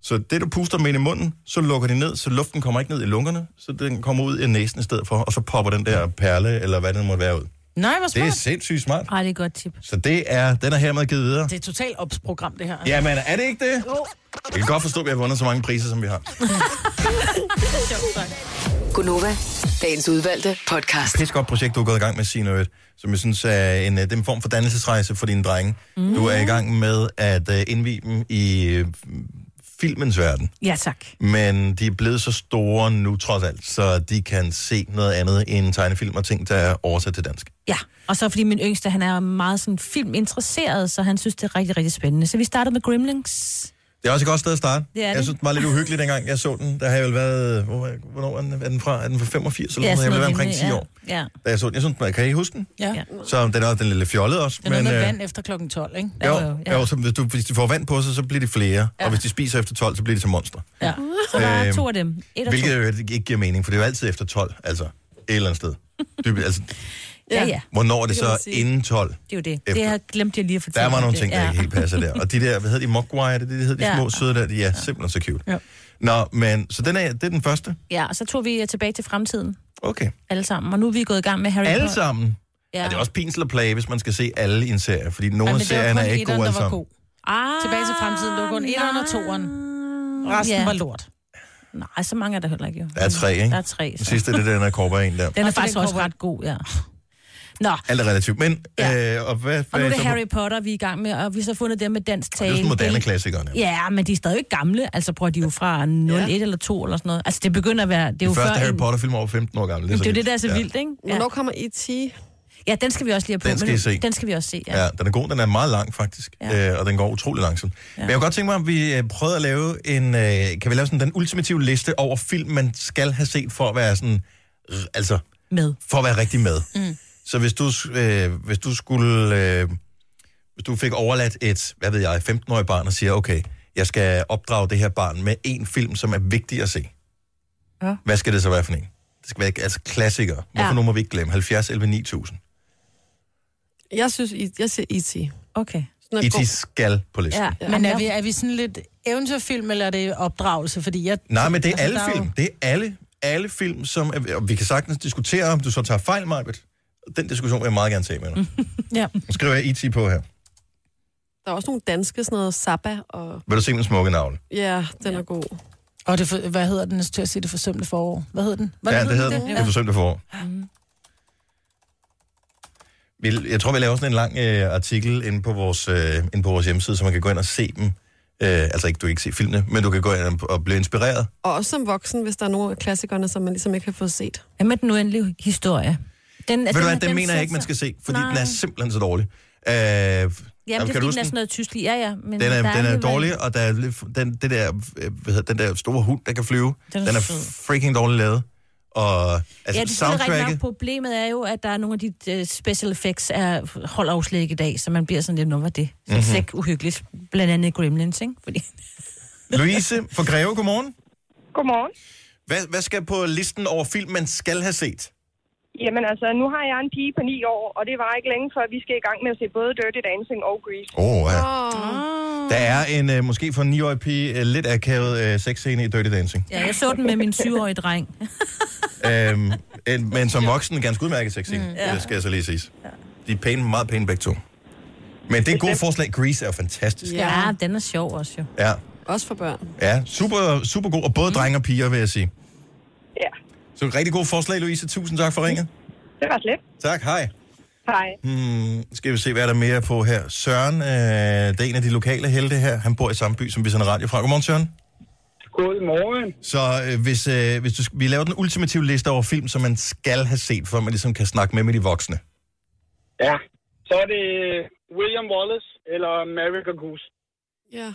A: så det, du puster med ind i munden, så lukker de ned, så luften kommer ikke ned i lungerne, så den kommer ud i næsen i stedet for, og så popper den der perle, eller hvad den måtte være ud.
C: Nej, hvor
A: Det er
D: Ah.
C: smart.
A: sindssygt smart.
B: Ej, det er et godt tip.
A: Så det er, den er hermed givet videre.
C: Det er et totalt opsprogram, det her.
A: Jamen, er det ikke det? Jo. Jeg kan godt forstå, at vi har vundet så mange priser, som vi har.
F: Gunova, dagens udvalgte podcast.
A: pis godt projekt, du er gået i gang med, Signe Øret, som jeg synes er en, øh, det er en form for dannelsesrejse for dine drenge.
B: Mm.
A: Mm. Du er i gang med at uh, indvige dem i øh, filmens verden,
B: Ja, tak.
A: men de er blevet så store nu trods alt, så de kan se noget andet end tegnefilm og ting, der er oversat til dansk.
B: Ja, og så fordi min yngste, han er meget sådan filminteresseret, så han synes, det er rigtig, rigtig spændende. Så vi startede med Gremlings.
A: Det er også et godt sted at starte.
B: Det er det.
A: Jeg synes, den var lidt uhyggelig dengang, jeg så den. Der har jeg vel været... Hvor, var- hvornår er den, er den fra? Er den fra 85 eller noget? Jeg har vel været omkring 10
B: ja.
A: år,
B: Ja.
A: da jeg så den. Jeg synes, den var- kan I huske den?
C: Ja.
A: Så den er den er lidt fjollet også.
C: Det er noget med
A: øh,
C: vand efter klokken 12, ikke?
A: Jo, jo, ja. jo så hvis, du, hvis de får vand på sig, så bliver de flere. Ja. Og hvis de spiser efter 12, så bliver de til monster.
B: ja. Så der er
A: Øhm,
B: to af dem. Et og
A: Hvilket
B: to.
A: jo ikke giver mening, for det er jo altid efter 12, altså et eller andet sted. Dybest, altså,
B: Ja, ja.
A: hvornår er det,
B: Det kan man
A: så
B: sige.
A: inden 12?
B: Det er jo det.
A: Efter.
B: Det har glemt jeg lige at fortælle.
A: Der var
B: om
A: nogle
B: det.
A: ting, der
B: ja.
A: ikke helt passer der. Og de der, hvad hedder de, mogwai, er det det, de hedder, de
B: Ja.
A: små søde der, de er simpelthen så cute.
B: Ja.
A: Nå, men, så den er, det er den første.
B: Ja, og så tog vi øh, tilbage til fremtiden,
A: Okay.
B: alle sammen. Og nu er vi gået i gang med Harry
A: Alle
B: Potter.
A: sammen.
B: Ja.
A: Ja. Og det er også pinselt at plage, hvis man skal se alle i en serie, fordi nogle
C: Ja, men
A: af
C: det var
A: serierne
C: kun
A: er ikke altså.
C: etteren,
A: gode alle
C: der var
A: sammen.
B: Ah,
C: Tilbage til fremtiden, det var kun 1'eren og 2'eren. Resten
B: Ja.
C: var lort.
B: Nej, så mange er der heller ikke, jo.
A: Der er tre, ikke?
B: Der er tre.
A: Den sidste er det, der, den er korba en der.
B: Den er
C: Og så
B: faktisk
C: den
B: også
C: kommer-
B: ret god, ja. Nå,
A: Alt er relativt. Men, ja. øh, og hvad,
B: og nu
A: hvad
B: er
A: så
B: det
A: på-
B: Harry Potter, vi er i gang med, og vi har så fundet dem med dansk
A: Det
B: tale.
A: er jo sådan moderne klassikere. nærmest.
B: Ja, men de er stadig gamle. Altså, prøver de er jo fra 01 ja. eller 2 eller sådan noget. Altså, det begynder at være... Det er jo
A: Den første
B: før
A: Harry
B: en-
A: Potter-film er over 15 år gammel.
B: Det er
A: så
B: jo det,
A: vildt.
D: E
B: der er så vildt, ikke?
D: Hvornår kommer E.T.?
B: Ja, den skal vi også lige have på.
A: Den skal
B: men-
A: I se.
B: Den skal vi også se, ja.
A: Ja, den er god, den er meget lang faktisk, ja. øh, og den går utrolig langsomt. Ja. Men jeg kunne godt tænke mig, om vi øh, prøvede at lave en, øh, kan vi lave sådan den ultimative liste over film, man skal have set for at være sådan, r- altså,
B: Med.
A: for at være rigtig med.
B: Mm.
A: Så hvis du, øh, hvis du skulle, øh, hvis du fik overladt et, hvad ved jeg, 15-årig barn og siger, okay, jeg skal opdrage det her barn med en film, som er vigtig at se.
B: Ja.
A: Hvad skal det så være for en? Det skal være altså klassikere. Hvorfor
D: Ja.
A: ja. nu må vi ikke glemme? 70, 11, 9000.
D: Jeg synes, I- jeg siger E E.T.
B: Okay.
A: E.T. E skal på listen.
C: Ja, men er vi, er vi sådan lidt eventyrfilm, eller er det opdragelse? Fordi jeg,
A: Nej, men det er
C: altså,
A: alle
C: der jo-
A: film. Det er alle, alle film, som... Er, og vi kan sagtens diskutere, om du så tager fejl, Majbet. Den diskussion vil jeg meget gerne tage med dig.
C: Mm. Ja.
A: Nu skriver jeg IT på her.
D: Der er også nogle danske, sådan noget Zappa, og
A: Vil du se min smukke navle?
D: ja, den er god.
C: Og det, for- hvad hedder den? Jeg skulle til at sige det forsømte forår. Hvad hedder den? Hvad
A: Ja, det hedder den. Det er forsømte forår.
B: Mm.
A: Vi- Jeg tror, vi laver sådan en lang øh, artikel inde på, vores, øh, inde på vores hjemmeside, så man kan gå ind og se dem. Øh, altså ikke, du kan ikke se filmene, men du kan gå ind og, og blive inspireret.
D: Og også som voksen, hvis der er nogle af klassikerne, som man ligesom ikke har fået set.
B: Hvad med den uendelige historie? Den,
A: Ved du hvad, den mener jeg ikke, man skal se, fordi
B: Nej.
A: den er simpelthen så dårlig. Øh, Jamen,
B: Jamen, det er
A: du
B: fordi, den
A: huske
B: er sådan noget tysk lige. Ja, ja. Men
A: Den er,
B: der
A: den er
B: alligevel-
A: dårlig, og der er lidt, den, det der, øh, hvad hedder, den der store hund, der kan flyve, den
B: Den er
A: er, den er
B: sød.
A: freaking dårligt lavet. Og
B: Altså,
A: altså,
B: ja, det er selvfølgelig rigtigt nok.
A: soundtracket,
B: Problemet er jo, at der er nogle af de uh, special effects, er, holder jo slet ikke i dag, så man bliver sådan lidt, nu var det så
A: Mhm.
B: mm-hmm. sæk uhyggeligt. Blandt andet Gremlins, ikke? Fordi...
A: Louise fra Greve, godmorgen.
L: Godmorgen.
A: Hvad, hvad skal på listen over film, man skal have set?
L: Jamen altså, nu har jeg en pige på 9 år, og det var ikke længe før, vi skal i gang med at se både Dirty Dancing og Grease.
A: Åh, ja.
L: Oh.
A: Der er en, øh, måske for en 9-årig pige, øh, lidt akavet øh, sexscene i Dirty Dancing.
B: Ja, jeg så den med min syvårige dreng.
A: øhm, en, men som voksen, en ganske udmærket sexscene,
B: Mm.
A: mm,
B: Ja.
A: det skal jeg så lige siges. De er pæne, meget pæne begge to. Men det er et godt forslag. Grease er jo fantastisk.
B: Ja, ja den er sjov også jo.
A: Ja.
D: Også for børn.
A: Ja, super, super god. Og både mm. drenge og piger, vil jeg sige.
L: Ja.
A: Så et rigtig godt forslag, Louise. Tusind tak for ringet.
L: Det var slet.
A: Tak, hej.
L: Hej.
A: Hmm, skal vi se, hvad er der mere på her. Søren, øh, det er en af de lokale helte her. Han bor i samme by, som vi sender radio fra. Godmorgen, Søren.
M: Godmorgen.
A: Så øh, hvis, øh, hvis du, sk- vi laver den ultimative liste over film, som man skal have set, for at man ligesom kan snakke med med de voksne.
M: Ja. Så er det øh, William Wallace eller America Goose.
D: Ja.
A: Hvad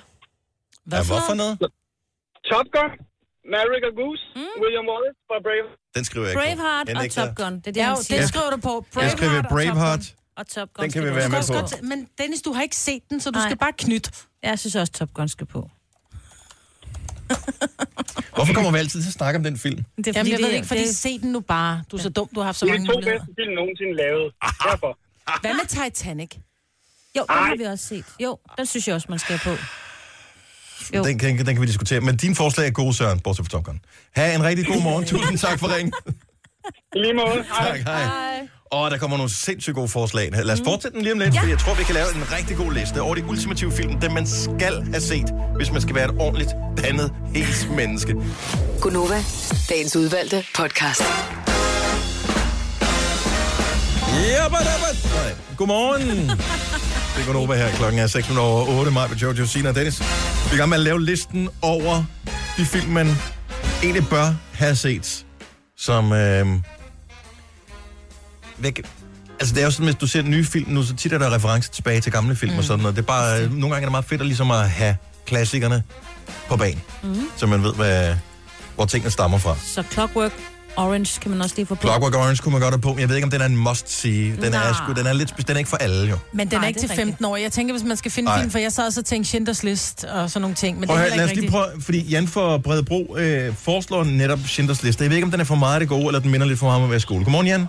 A: for, ja, hvorfor noget?
M: Top Gun, America Goose,
N: Hmm.
M: mm. William Wallace fra Brave.
A: Den skriver jeg ikke på.
B: Braveheart
A: Den
B: og
A: nægter jeg.
B: Top Gun. Det er det,
C: Ja,
B: han
C: jo,
B: siger.
C: den skriver du på.
A: Jeg skriver Braveheart.
B: Og Top Gun
A: Den kan
B: skal
A: vi
B: du
A: være
B: også.
A: med
C: Også
A: på.
C: godt til- Men Dennis, du har ikke set den, så du Nej. skal bare knytte.
B: Ja, jeg synes også, Top Gun skal på.
A: Hvorfor kommer vi altid til at snakke om den film?
B: Det
C: Det
B: er
C: er, Jamen,
B: fordi,
C: jeg ved
B: det-
C: ikke, fordi
B: det-
C: det... se den nu bare. Du er så dum, du har haft så
M: Det er
C: mange
M: de to
C: muligheder.
M: bedste film nogensinde lavet. Derfor.
C: Hvad med Titanic?
B: Jo, den har vi også set. Jo, den synes jeg også, man skal på. Jo.
A: Den, kan, den kan vi diskutere. Men dine forslag er gode, Søren, bortset fra Top Gun. Ha' en rigtig god morgen. Tusind tak for ringen.
M: I lige måde.
A: Tak, hej. Og der kommer nogle sindssygt gode forslag. Lad
B: Mm.
A: os fortsætte den lige om lidt, ja. fordi jeg tror, vi kan lave en rigtig god liste over de ultimative film, dem man skal have set, hvis man skal være et ordentligt, dannet, helt menneske.
F: Gunova, dagens udvalgte podcast.
A: Jabba-dabba. Nej. Godmorgen. Det er Gunova her. Klokken er 6 over 8. Maj med Jojo, Sina og Dennis. Vi er i gang med at lave listen over de film, man egentlig bør have set, som... Øh, væk. Altså, det er jo sådan, hvis du ser nye film nu, så tit er der referencer tilbage til gamle film mm. og sådan noget. Det er bare, nogle gange er det meget fedt at, ligesom at have klassikerne på banen,
B: Mm.
A: så man ved, hvad, hvor tingene stammer fra.
B: Så Clockwork Orange kan man også lige få på.
A: Clockwork Orange kunne man godt have på, men jeg ved ikke, om den er en must-see. Den,
B: Nej.
A: er, sgu, den, er lidt, spe- den er ikke for alle, jo.
C: Men den
B: Nej,
C: er ikke
B: det er
C: til 15 år. Jeg tænker, hvis man skal finde
A: Nej.
C: film, for jeg sad også og tænkte Schindlers List og sådan nogle ting. Men
A: Men prøv
C: det
A: her,
C: er
A: lad os
C: heller
A: lige
C: ikke rigtigt.
A: prøve, fordi Jan fra Bredebro øh, foreslår netop Schindlers Liste. Jeg ved ikke, om den er for meget af det gode, eller den minder lidt for meget om at være i skole. Godmorgen, Jan.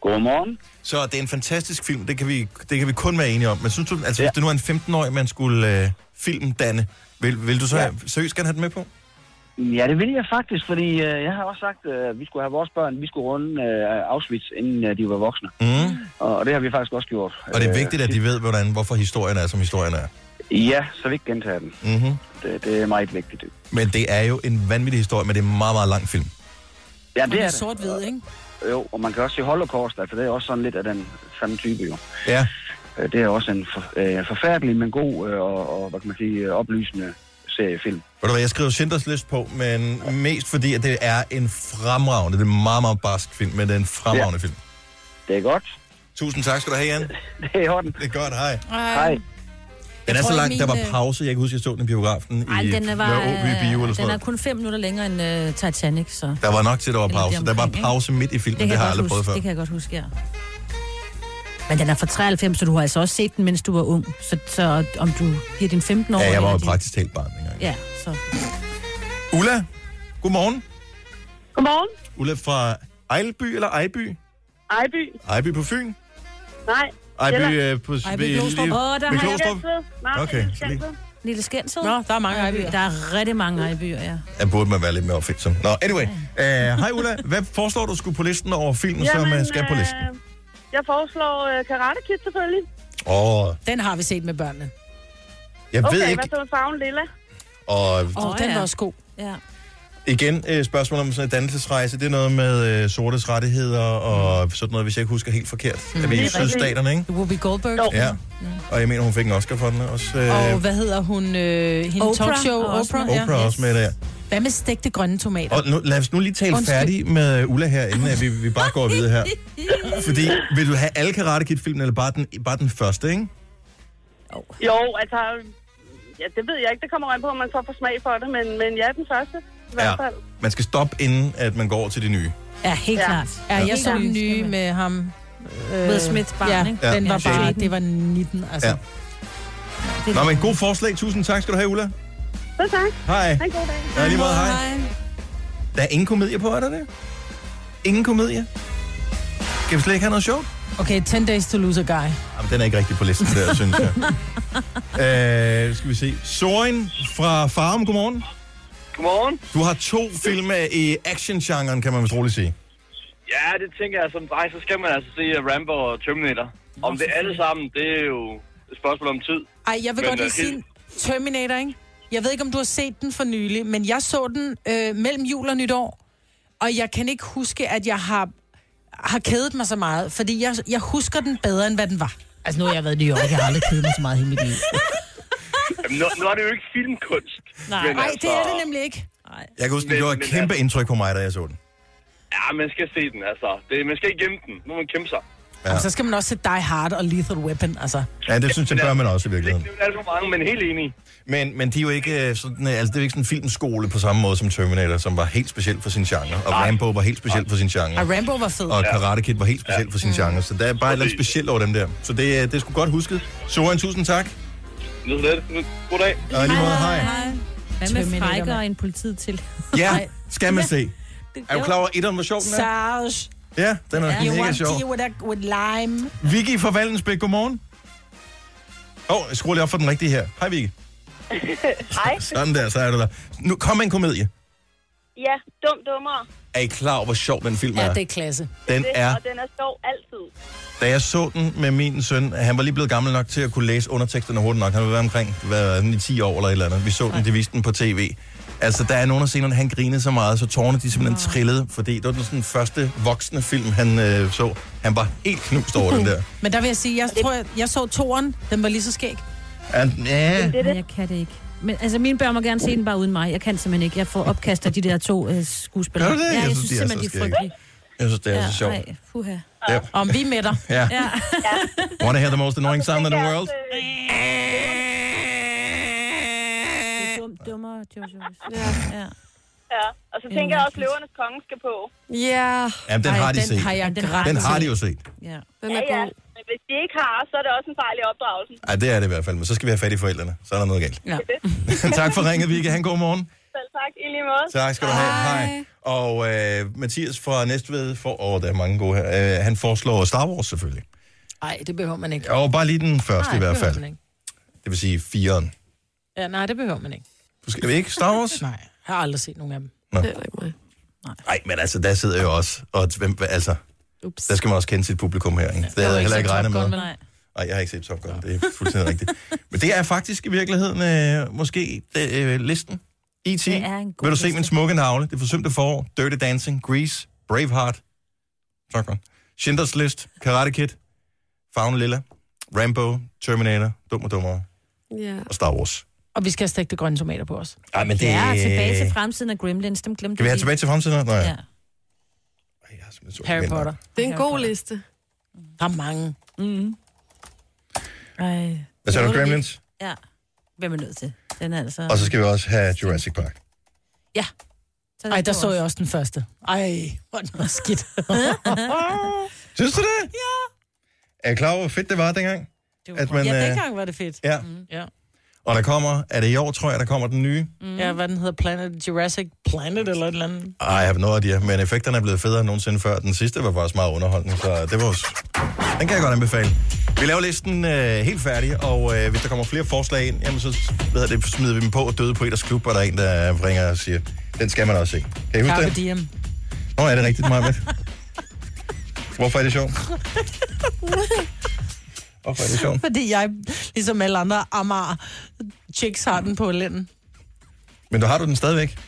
O: Godmorgen.
A: Så det er en fantastisk film, det kan vi, det kan vi kun være enige om. Men synes du, altså, ja. hvis det nu er en 15-årig, man skulle øh, filmdanne, vil, vil du så
O: Ja.
A: ja. seriøst gerne have den med på?
O: Ja, det vil jeg faktisk, fordi øh, jeg har også sagt, øh, at vi skulle have vores børn, vi skulle runde øh, Auschwitz, inden øh, de var voksne.
A: Mm.
O: Og, og det har vi faktisk også gjort. Øh,
A: Og det er vigtigt, at de ved, hvordan, hvorfor historien er, som historien er.
O: Ja, så vi ikke gentager den.
A: Mm-hmm.
O: Det, det er meget vigtigt.
A: Men det er jo en vanvittig historie, men det er en meget, meget lang film.
O: Ja,
C: Og
O: det
C: den
O: er
C: er
O: det.
C: sort-hvid, ikke?
O: Jo, og man kan også se Holocaust, altså det er også sådan lidt af den samme type jo.
A: Ja.
O: Øh, Det er også en for, øh, forfærdelig, men god øh, og, og, hvad kan man sige, øh, oplysende seriefilm.
A: Ved du hvad, jeg skriver Schindlers List på, men mest fordi, at det er en fremragende, det er en meget, meget barsk film, men det er en fremragende ja. film.
O: Det er godt.
A: Tusind tak skal du have, Jan. Det
O: er i orden.
A: Det er godt, hej.
O: Hej.
A: Den er
B: tror,
A: så lang,
B: min,
A: der var
B: øh,
A: pause. Jeg kan huske, jeg så den i biografen
B: Ej,
A: i
B: den er, var,
A: Nørreby Bio eller
B: øh,
A: sådan
B: den er
A: noget.
B: kun fem minutter længere end øh, Titanic, så...
A: Der var nok til, at der var
B: Eller
A: pause. Der var
B: deromkring, ikke?
A: pause midt i filmen, det,
B: kan
A: har jeg
B: godt
A: aldrig prøvet
B: huske,
A: før.
B: Det kan jeg godt huske, ja. Men den er fra 93, så du har altså også set den, mens du var ung. Så, så om du giver din 15 år...
A: Ja, jeg var jo
B: eller din-
A: praktisk talt barn dengang.
B: Ja, så...
A: Ulla, godmorgen.
N: Godmorgen.
A: Ulla fra Ejlby eller Ejby?
N: Ejby.
A: Ejby på Fyn?
N: Nej.
A: Ejby
N: Sjælland.
A: øh, på...
B: Ejby Glostrup. Åh, der har jeg
N: Skensved. Nej,
A: Okay,
N: det er
A: så lige-
N: Skensved.
B: Lille Skensved?
C: Nå, der er mange Ejbyer.
B: Der er rigtig mange Ejbyer, ja.
A: Der burde man være lidt mere opfindsom. Nå, anyway. Øh, Hej Ulla, hvad foreslår du skulle på listen over filmen, som øh, skal på listen?
N: øh, jeg foreslår øh, Karate Kid selvfølgelig.
A: Åh,
C: Den har vi set med børnene.
A: jeg ved
N: okay,
A: ikke...
N: hvad så med farven lilla?
A: Og
C: Åh, oh, den var også god.
B: Ja.
A: Igen, øh, spørgsmålet om sådan en dannelsesrejse, det er noget med øh, sortes rettigheder og sådan noget, hvis jeg ikke husker helt forkert. Mm. Er vi
C: Det
A: i
C: er rigtigt.
A: sydstaterne, ikke?
C: Whoopi Goldberg.
A: Ja. Og jeg mener, hun fik en Oscar for den også.
C: Øh, og hvad hedder hun? Øh, hende
B: Oprah.
C: Oprah. talkshow?
B: Og også
C: Oprah,
A: Oprah
C: ja.
A: også med der.
C: Hvad med stegte grønne tomater?
A: Og nu, lad os nu lige tale
C: Undskyld.
A: Undskyld. færdig med øh, Ulla her, inden at vi, vi bare går videre her. Fordi, vil du have alle Karate Kid-filmen, eller bare den, bare den første, ikke?
N: Jo, altså... Ja, det ved jeg ikke. Det kommer an på, om man så får smag for det. Men, men ja, den første. I hvert fald.
A: Man skal stoppe, inden at man går over til de nye.
B: Ja, helt
N: Ja.
B: klart.
C: Ja, jeg så
B: klart.
C: den nye med ham. Øh,
B: Will Smiths barn,
C: ja,
B: ikke?
C: den
A: Ja.
C: var bare,
B: Jaden.
C: det var 19, altså.
A: Ja. Nå, men god forslag. Tusind tak skal du have, Ulla.
N: Så tak.
A: Hej.
N: Ha' en god dag.
A: Ja, lige måde, hej. Der er ingen komedie på, er der det? Ingen komedie? Kan vi slet ikke have noget sjovt?
C: Okay, 10 Days to Lose a Guy.
A: Jamen, den er ikke rigtig på listen der, synes jeg. Øh, skal vi se. Soren fra Farum, godmorgen.
P: Godmorgen.
A: Du har to film i action-genren, kan man vist roligt sige.
P: Ja, det tænker jeg som dig, så skal man altså se øh, Rambo og Terminator. Om det alle sammen, det er jo et spørgsmål om tid.
C: Ej, jeg vil
P: Men,
C: godt lige
P: øh, helt-
C: sige Terminator, ikke? Jeg ved ikke, om du har set den for nylig, men jeg så den øh, mellem jul og nytår, og jeg kan ikke huske, at jeg har, har kædet mig så meget, fordi jeg, jeg husker den bedre, end hvad den var. Altså, nu har jeg været i New York, jeg har aldrig kædet mig så meget i mit liv.
P: Jamen, nu, nu er det jo ikke filmkunst.
C: Nej,
P: men altså,
C: Nej det er det nemlig ikke.
A: Jeg kan huske, den gjorde et kæmpe indtryk på mig, da jeg så den.
P: Ja, man skal se den, altså. Det, man skal ikke gemme den. Nu må man kæmpe sig.
A: Ja.
C: Og så skal man også se Die Hard og Lethal Weapon, altså.
A: Ja, det synes jeg, bør man også i virkeligheden.
P: Det er alt for mange, men helt enig.
A: Men, men de er jo ikke øh, sådan, øh, altså, det er jo ikke sådan en filmskole på samme måde som Terminator, som var helt speciel for sin genre. Og Rambo var helt speciel for sin genre.
C: Og Rambo var fed.
A: Og Karate Kid var helt speciel for sin genre. Så der er bare et eller andet specielt over dem der. Så det, øh, det er sgu godt husket. Soren, tusind tak.
P: Lidt lidt. Goddag.
A: Og i lige måde, hej.
B: Hvad med frækker og en politiet til?
A: Ja, skal man se. Er du klar over, at etteren var sjov, den er?
C: Sarge.
A: Ja, den er
C: You
A: mega
C: want
A: sjov.
C: tea with, a, with lime?
A: Vicky fra Vallensbæk, godmorgen. Åh, oh, skru lige op for den rigtige her. Hej, Vicky.
Q: Hej.
A: Sådan der, så er du der. Nu kom med en komedie.
Q: Ja, dum dummer.
A: Er I klar over, hvor sjov den film er?
C: klasse.
A: Den er-
Q: Og den er sjov altid.
A: Da jeg så den med min søn, han var lige blevet gammel nok til at kunne læse underteksterne hurtigt nok. Han var omkring hvad, i 10 år eller et eller andet. Vi så den, de viste den på tv. Altså, der er nogle af scenerne, han grinede så meget, så tårerne de simpelthen trillede, fordi det var den sådan, første voksne film, han øh, så. Han var helt knust over den der.
C: Men der vil jeg sige, jeg tror, jeg, jeg så toren, den var lige så skæg.
A: Han, ja,
B: Men jeg kan det ikke. Men altså, mine børn må gerne se den bare uden mig. Jeg kan simpelthen ikke. Jeg får opkast af de der to øh, skuespillere.
A: Gør du det?
B: Ja,
A: Jeg
B: jeg
A: synes,
B: synes
A: de er
B: simpelthen, de
A: så
B: er
A: skægge.
B: frygtelige.
A: jeg synes, det er
B: Ja,
A: så sjovt.
B: ej, Puha.
A: Ja.
C: Om vi er med dig.
A: Ja.
B: Ja.
A: Wanna hear the most annoying sound in the world?
Q: øh,
B: Det er dumt, dummer, Jojo. Ja. ja.
Q: Ja, og så tænker jeg også, at Løvernes Konge skal på.
D: Ja.
A: Jamen, den har de set. Den har de jo set.
B: Ja.
D: Den
Q: er ja, ja. Men hvis de ikke har, så er det også en fejl i opdragelsen.
A: Ej, det er det i hvert fald, men så skal vi have fat i forældrene. Så er der noget galt.
Q: Ja.
A: tak for ringet, Vicky. Han god morgen.
Q: Selv tak, i lige måde.
A: Tak skal du have. Hej. Og øh, Mathias fra Næstved, for, åh, der er mange gode her, øh, han foreslår Star Wars selvfølgelig.
C: Nej, det behøver man ikke.
A: Jo, bare lige den første
C: Nej,
A: i hvert
C: det behøver
A: fald.
C: man ikke.
A: Det vil sige fireren.
C: Ja, nej, det behøver man ikke.
A: Du skal ikke Star Wars?
C: Nej, jeg har aldrig set nogen af dem.
A: Nå.
C: Det er ikke mig.
A: Nej, men altså, der sidder jo også, og hvem, altså,
B: Ups.
A: der skal man også kende sit publikum her, ikke? Det havde jeg heller ikke regnet med.
B: Nej.
A: Nej, jeg har ikke set Top Gun, det er fuldstændig rigtigt. Men det er faktisk i virkeligheden øh, måske det, øh, listen. E.T.
B: Det er en god
A: Vil du se
B: liste.
A: min smukke navle? Det forsømte forår. Dirty Dancing. Grease. Braveheart. Top Gun. Schindlers List. Karate Kid. Fagne Lilla. Rambo. Terminator. Dum og dummere.
D: Ja.
A: Og Star Wars.
C: Og vi skal have stegte grønne tomater på os.
A: Ej, men det...
B: Ja, tilbage til fremtiden af Gremlins. Dem glemte
A: Kan vi have
B: lige.
A: tilbage til fremtiden? Nej.
B: Ja.
A: Harry Potter.
D: Det er en god liste.
C: Der er mange.
B: Mm. Ej.
A: Hvad sagde du, Gremlins?
B: Ja. Hvem er nødt til? Den er altså...
A: Og så skal vi også have Jurassic Park.
B: Ja. den
C: Ej, der
B: på
C: så jeg også den første. Ej, hvor er den var skidt.
A: Synes du det? Ja. Er I klar over, hvor fedt det var dengang? Det
C: At man, ja, dengang var det fedt.
A: øh, Ja.
C: Mm. ja.
A: Og der kommer, er det i år, tror jeg, der kommer den nye?
C: Mm. Ja, hvad den hedder, Planet Jurassic Planet eller et eller andet.
A: Ej, jeg har noget af det, men effekterne er blevet federe end nogensinde før. Den sidste var faktisk meget underholdende, så det var også... Den kan jeg godt anbefale. Vi laver listen øh, helt færdig, og øh, hvis der kommer flere forslag ind, jamen så hvad hedder det, smider vi dem på og døde på Eders Klub, og der er en, der ringer og siger, den skal man også se. Kan I huske
C: Carpe
A: det? Mm.
C: diem.
A: Nå, er det rigtigt, Maja? Hvorfor er det sjovt? Hvorfor er det sjovt?
C: Fordi jeg, ligesom alle andre Amager chicks, har den på lænden.
A: Men du har du den stadigvæk.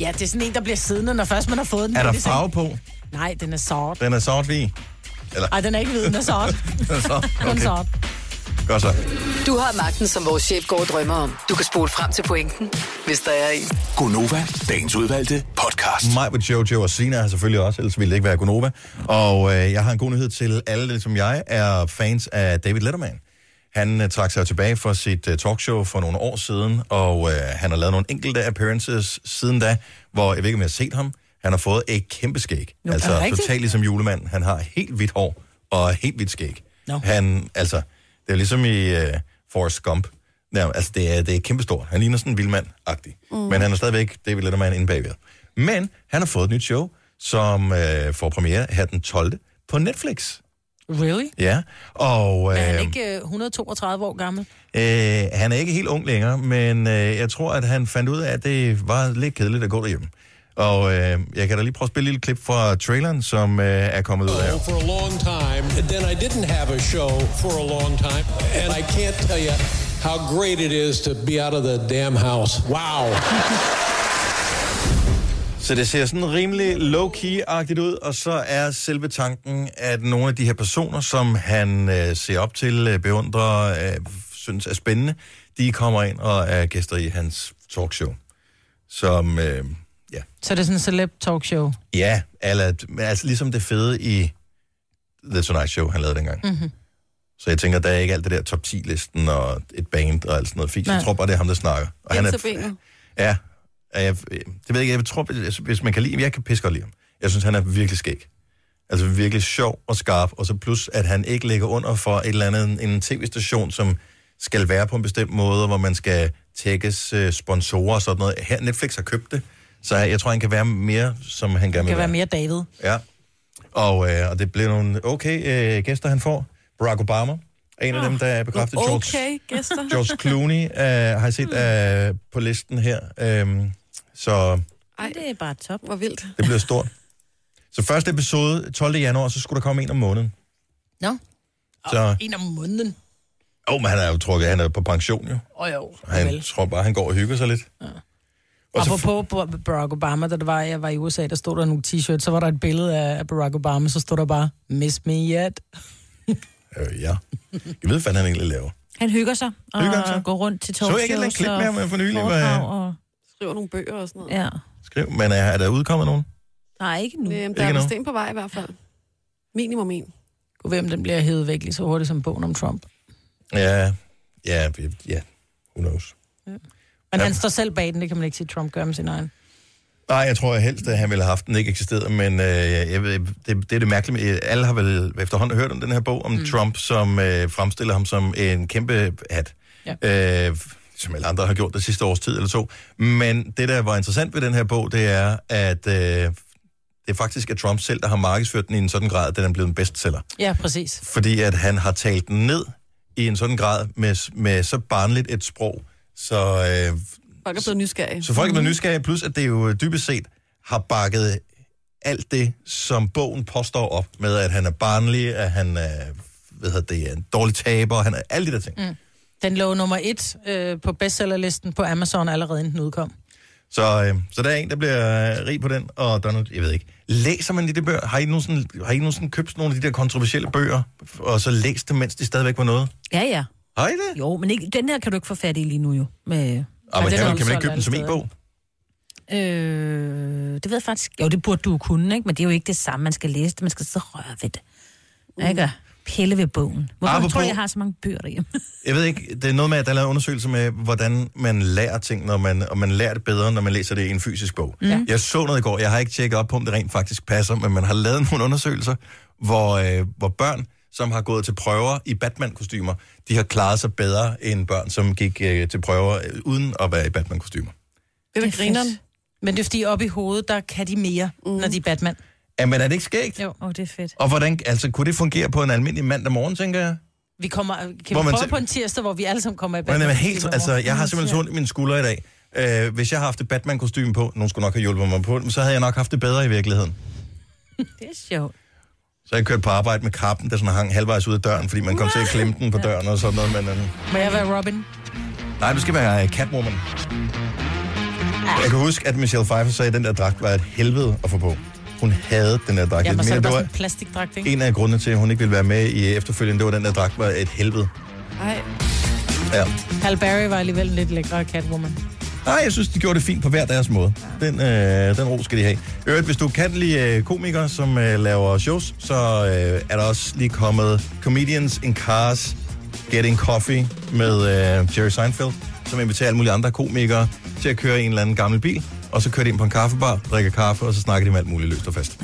C: Ja, det er sådan en, der bliver siddende, når først man har fået den.
A: Er
C: Det
A: der
C: ligesom-
A: farve på?
C: Nej, den er sort.
A: Den er sort-hvid. Eller...
C: Ej, den er ikke hvid, den er sort.
A: Den er sort.
C: Kun
A: Okay.
C: sort.
A: Godt så.
F: Du har magten, som vores chef går og drømmer om. Du kan spole frem til pointen, hvis der er en.
A: Gonova, dagens udvalgte podcast. Mig med Jojo og Sina har selvfølgelig også, ellers ville det ikke være Gonova. Og øh, jeg har en god nyhed til alle, der som jeg er fans af David Letterman. Han øh, trak sig jo tilbage fra sit øh, talkshow for nogle år siden, og øh, han har lavet nogle enkelte appearances siden da, hvor jeg ved ikke, om jeg har set ham. Han har fået et kæmpe skæg.
E: Nå, er det
A: altså
E: rigtigt?
A: totalt ligesom julemand. Han har helt hvidt hår og helt hvidt skæg.
E: Nå.
A: Han, altså, det er ligesom i øh, Forrest Gump. Ja, altså, det er, det er kæmpestort. Han ligner sådan en vildmand-agtig. Mm. Men han er stadigvæk David Letterman inde bagved. Men han har fået et nyt show, som øh, får premiere her den 12. på Netflix.
C: Really?
A: Ja, og...
C: Er
A: Øh,
C: han ikke øh, 132 år gammel?
A: Øh, han er ikke helt ung længere, men øh, jeg tror, at han fandt ud af, at det var lidt kedeligt at gå derhjemme. Og øh, jeg kan da lige prøve at spille et lille klip fra traileren, som øh, er kommet ud af.
R: for a long time. And then I didn't have a show for a long time. And I can't tell you how great it is to be out of the damn house. Wow.
A: Så det ser sådan rimelig low-key-agtigt ud, og så er selve tanken, at nogle af de her personer, som han øh, ser op til, øh, beundrer, øh, synes er spændende, de kommer ind og er gæster i hans talkshow. Som, øh,
C: Så er det sådan en celeb talkshow.
A: ja, eller, men altså ligesom det fede i The Tonight Show, han lavede dengang.
C: Mm-hmm.
A: Så jeg tænker, der er ikke alt det der top 10-listen og et band og alt sådan noget fisk.
E: Nej.
A: Jeg tror bare, det er ham, der snakker. Og han er,
D: benet.
A: ja, og jeg, øh, det ved jeg ikke, jeg tror, hvis- hvis man kan lide ham, jeg kan piske godt lide ham. Jeg synes, han er virkelig skæg. Altså virkelig sjov og skarp, og så plus, at han ikke ligger under for et eller andet, en tv-station, som skal være på en bestemt måde, hvor man skal tækkes øh, sponsorer og sådan noget. Her, Netflix har købt det, så jeg tror, han kan være mere, som han gerne
C: Det
A: vil
C: kan
A: være.
C: være mere David.
A: Ja. Og, øh, og det bliver nogle okay øh, gæster, han får. Barack Obama er en af dem, der er bekræftet. George,
D: Ah, Okay, gæster.
A: George Clooney øh, har jeg set øh, på listen her. Øh, så
B: Ej, det er bare top.
D: Hvor vildt.
A: det bliver stort. Så første episode, 12. januar, så skulle der komme en om måneden.
C: Nå.
A: Så,
C: En om måneden.
A: åh, oh, men han er jo trukket, han er på pension jo.
C: Åh oh, jo.
A: Han tror bare, han går og hygger sig lidt.
C: Og Apropos Bar- Barack Obama, da det var, jeg var i USA, der stod der nogle t-shirts, så var der et billede af af Barack Obama, så stod der bare, miss me yet.
A: Øh, ja. Jeg ved, hvad han egentlig laver.
B: Han hygger sig og
A: Hygger
B: hygger
A: han sig?
B: sig. går rundt til
A: Så jeg
B: talkshows.
A: ikke et eller andet klip med ham for nylig, hvor-
B: foredrag Og...
D: Skriver nogle bøger og sådan noget.
B: Ja.
A: Skriv, men er, er der udkommet nogen?
B: Nej, ikke nu.
D: Jamen,
A: Ikke
D: der er
A: endnu.
D: vist en på vej i hvert fald. Minimum en.
C: Gud hvem den bliver hævet væk lige så hurtigt som bogen om Trump.
A: Ja, ja, ja, who knows.
C: Men
A: Ja.
C: ja. han står selv bag den, det kan man ikke sige, Trump gør med sin egen.
A: Nej, jeg tror helst, at han ville have haft den ikke eksisteret, men øh, jeg ved, det, det er det mærkelige. med- øh, Alle har vel efterhånden hørt om den her bog om mm. Trump, som øh, fremstiller ham som en kæmpe hat. Ja. Øh, som alle andre har gjort det sidste års tid eller to. Men det, der var interessant ved den her bog, det er, at øh, det er faktisk er Trump selv, der har markedsført den i en sådan grad, at den er blevet en bestseller.
C: Ja, præcis.
A: Fordi at han har talt den ned i en sådan grad med, med så barnligt et sprog, så... Øh,
D: Folk er blevet nysgerrige.
A: så folk er blevet nysgerrige, plus at det jo øh, dybest set har bakket alt det, som bogen påstår op med, at han er barnlig, at han er, hvad hedder det, er en dårlig taber, han er alle de der ting. Mm.
C: Den lå nummer et øh, på bestsellerlisten på Amazon allerede inden den udkom.
A: Så, øh, så der er en, der bliver øh, rig på den, og der er noget, jeg ved ikke. Læser man de der bøger? Har I nogensinde, har I nogensinde købt nogle af de der kontroversielle bøger, og så læst dem, mens de stadigvæk var noget?
B: Ja, ja.
A: Har I det?
B: Jo, men ikke, den her kan du ikke få fat i lige nu jo. Med,
A: Ah, men
B: den er
A: kan, kan man
B: udsolgt
A: ikke købe den som
B: alle
A: e-bog?
B: Øh, det ved jeg faktisk. Jo, det burde du jo kunne, ikke? Men det er jo ikke det samme. Man skal læse det, man skal sidde og røre ved det. Mm. Jeg gør. Pille ved bogen. Hvorfor Apropos...
A: Apropos-
B: tror jeg, jeg har så mange bøger derhjemme?
A: Jeg ved ikke, det er noget med, at der er lavet undersøgelser med, hvordan man lærer ting, når man, og man lærer det bedre, når man læser det i en fysisk bog.
B: Ja.
A: Jeg så noget i går, jeg har ikke tjekket op på, om det rent faktisk passer, men man har lavet nogle undersøgelser, hvor, øh, hvor børn, som har gået til prøver i Batman-kostymer, de har klaret sig bedre end børn, som gik øh, til prøver øh, uden at være i Batman-kostymer.
C: Det er grineren. Men det er fordi, oppe i hovedet, der kan de mere, mm. når de er Batman.
A: Jamen, er det ikke skægt?
C: Jo,
B: oh, det er fedt.
A: Og hvordan, altså, kunne det fungere på en almindelig mandag morgen, tænker jeg?
C: Vi kommer, øh, kan
A: Hvor
C: vi
A: man
C: prøve
A: tæ-
C: på en tirsdag, hvor vi alle sammen kommer i
A: Men,
C: Batman?
A: men helt, altså, jeg har simpelthen så ondt i mine skuldre i dag. Øh, hvis jeg har haft et Batman-kostyme på, nogen skulle nok have hjulpet mig på, det, men så havde jeg nok haft det bedre i virkeligheden.
B: Det er sjovt.
A: Så jeg kørte på arbejde med kappen, der sådan hang halvvejs ud af døren, fordi man kom til at klemme den på døren og sådan noget. Men, øh,
C: Må jeg være Robin?
A: nej, du skal være øh, Catwoman. Jeg kan huske, at Michelle Pfeiffer sagde, at den der dragt var et helvede at få på. Hun havde den der dragt.
C: Ja, men så er
A: det
C: det bare
A: var
C: sådan en plastikdragt, ikke?
A: en af grundene til, at hun ikke ville være med i efterfølgende, det var, at den der dragt var et helvede.
C: Nej.
A: Ja.
C: Halle Berry var alligevel en lidt lækre Catwoman.
A: Nej, jeg synes, de gjorde det fint på hver deres måde. Den, øh, den ro skal de have. I Øvrigt, hvis du kan lide øh, komikere, som øh, laver shows, så øh, er der også lige kommet Comedians in Cars Getting Coffee med øh, Jerry Seinfeld, som inviterer alle mulige andre komikere til at køre i en eller anden gammel bil, og så kører de ind på en kaffebar, drikker kaffe, og så snakker de med alt muligt løst og fast.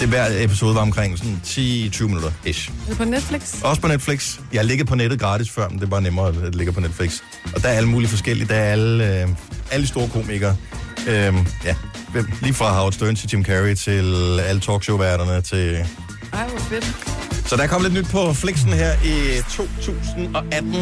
A: Det hver episode var omkring sådan 10-20 minutter ish.
D: Er det på Netflix?
A: Også på Netflix. Jeg ligger på nettet gratis før, men det er bare nemmere at det ligger på Netflix. Og der er alle mulige forskellige. Der er alle, øh, alle store komikere. Øh, ja, hvem- lige fra Howard Stern til Jim Carrey til alle talkshow-værterne. Til...
D: Ej, hvor fedt.
A: Så der kommer lidt nyt på Flixen her i 2018.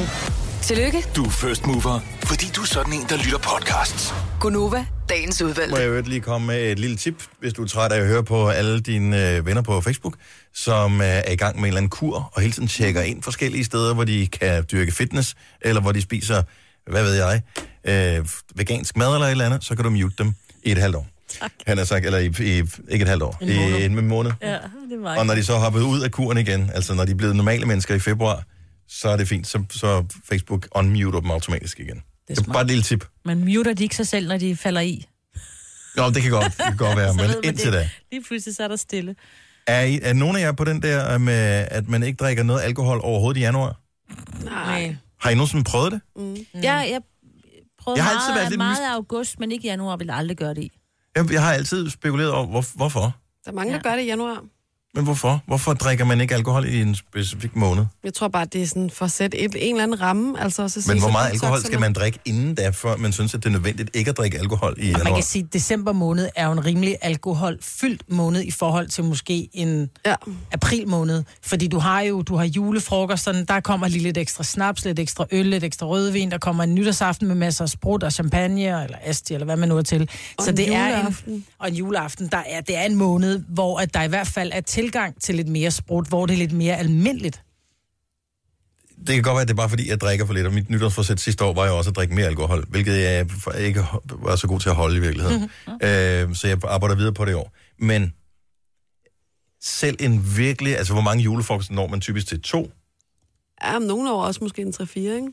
F: Tillykke,
E: Du er first mover, fordi du er sådan en, der lytter podcasts.
F: Gunova, dagens udvalgte.
A: Må jeg i øvrigt lige komme med et lille tip, hvis du er træt af at høre på alle dine øh, venner på Facebook, som øh, er i gang med en eller anden kur, og hele tiden tjekker ind forskellige steder, hvor de kan dyrke fitness, eller hvor de spiser, hvad ved jeg, øh, vegansk mad eller et eller andet, så kan du mute dem i et halvt år. Tak. Han har sagt, eller i, i, ikke et halvt år, en i en måned.
B: Ja, det er meget
A: Og når de
B: godt.
A: så er hoppet ud af kuren igen, altså når de er blevet normale mennesker i februar, så er det fint, så, så Facebook unmuter dem automatisk igen. Det er, bare et lille tip.
B: Man muter de ikke sig selv, når de falder i.
A: Nå, det kan godt, det kan godt være,
B: Så
A: men
B: ved man
A: indtil
B: det.
A: da.
B: Lige pludselig så er der stille.
A: Er, I, er nogen af jer på den der øh, med, at man ikke drikker noget alkohol overhovedet i januar?
B: Nej.
A: Har I nogensinde prøvet det?
B: Mm. Ja, jeg prøvede
A: Jeg
B: jeg
A: har
B: har
A: altid
B: meget,
A: været lidt
B: været meget
A: mys-
B: af august, men ikke januar vil jeg aldrig gøre det i.
A: Jeg, jeg har altid spekuleret over, hvor, hvorfor.
D: Der er mange, der gør det i januar.
A: Men hvorfor? Hvorfor drikker man ikke alkohol i en specifik måned?
D: Jeg tror bare, det er sådan for at sætte et, en eller anden ramme. Altså, og så sige,
A: Men hvor
D: så
A: meget
D: godt sagt,
A: alkohol
D: så
A: skal man drikke inden da, før man synes, at det er nødvendigt ikke at drikke alkohol i
C: Og man
A: januar?
C: kan sige, at december måned er jo en rimelig alkoholfyldt måned i forhold til måske en
D: ja.
C: april måned. Fordi du har jo du har julefrokosterne, der kommer lige lidt ekstra snaps, lidt ekstra øl, lidt ekstra rødvin, der kommer en nytårsaften med masser af sprut og champagne, eller asti, eller hvad man nu er til.
D: Og
C: Så
D: en
C: det er en,
D: juleaften.
C: og en juleaften, der er, det er en måned, hvor at der i hvert fald er tilgang til lidt mere sprut, hvor det er lidt mere almindeligt.
A: Det kan godt være, at det er bare fordi, jeg drikker for lidt, og mit nytårsforsæt sidste år var jo også at drikke mere alkohol, hvilket jeg for- ikke ho- var så god til at holde i virkeligheden.
C: Mhm.
A: øh, så jeg arbejder videre på det i år. Men selv en virkelig... Altså, hvor mange julefrokoster når man typisk til? To?
D: Ja, men nogle år også måske en 3-4, ikke?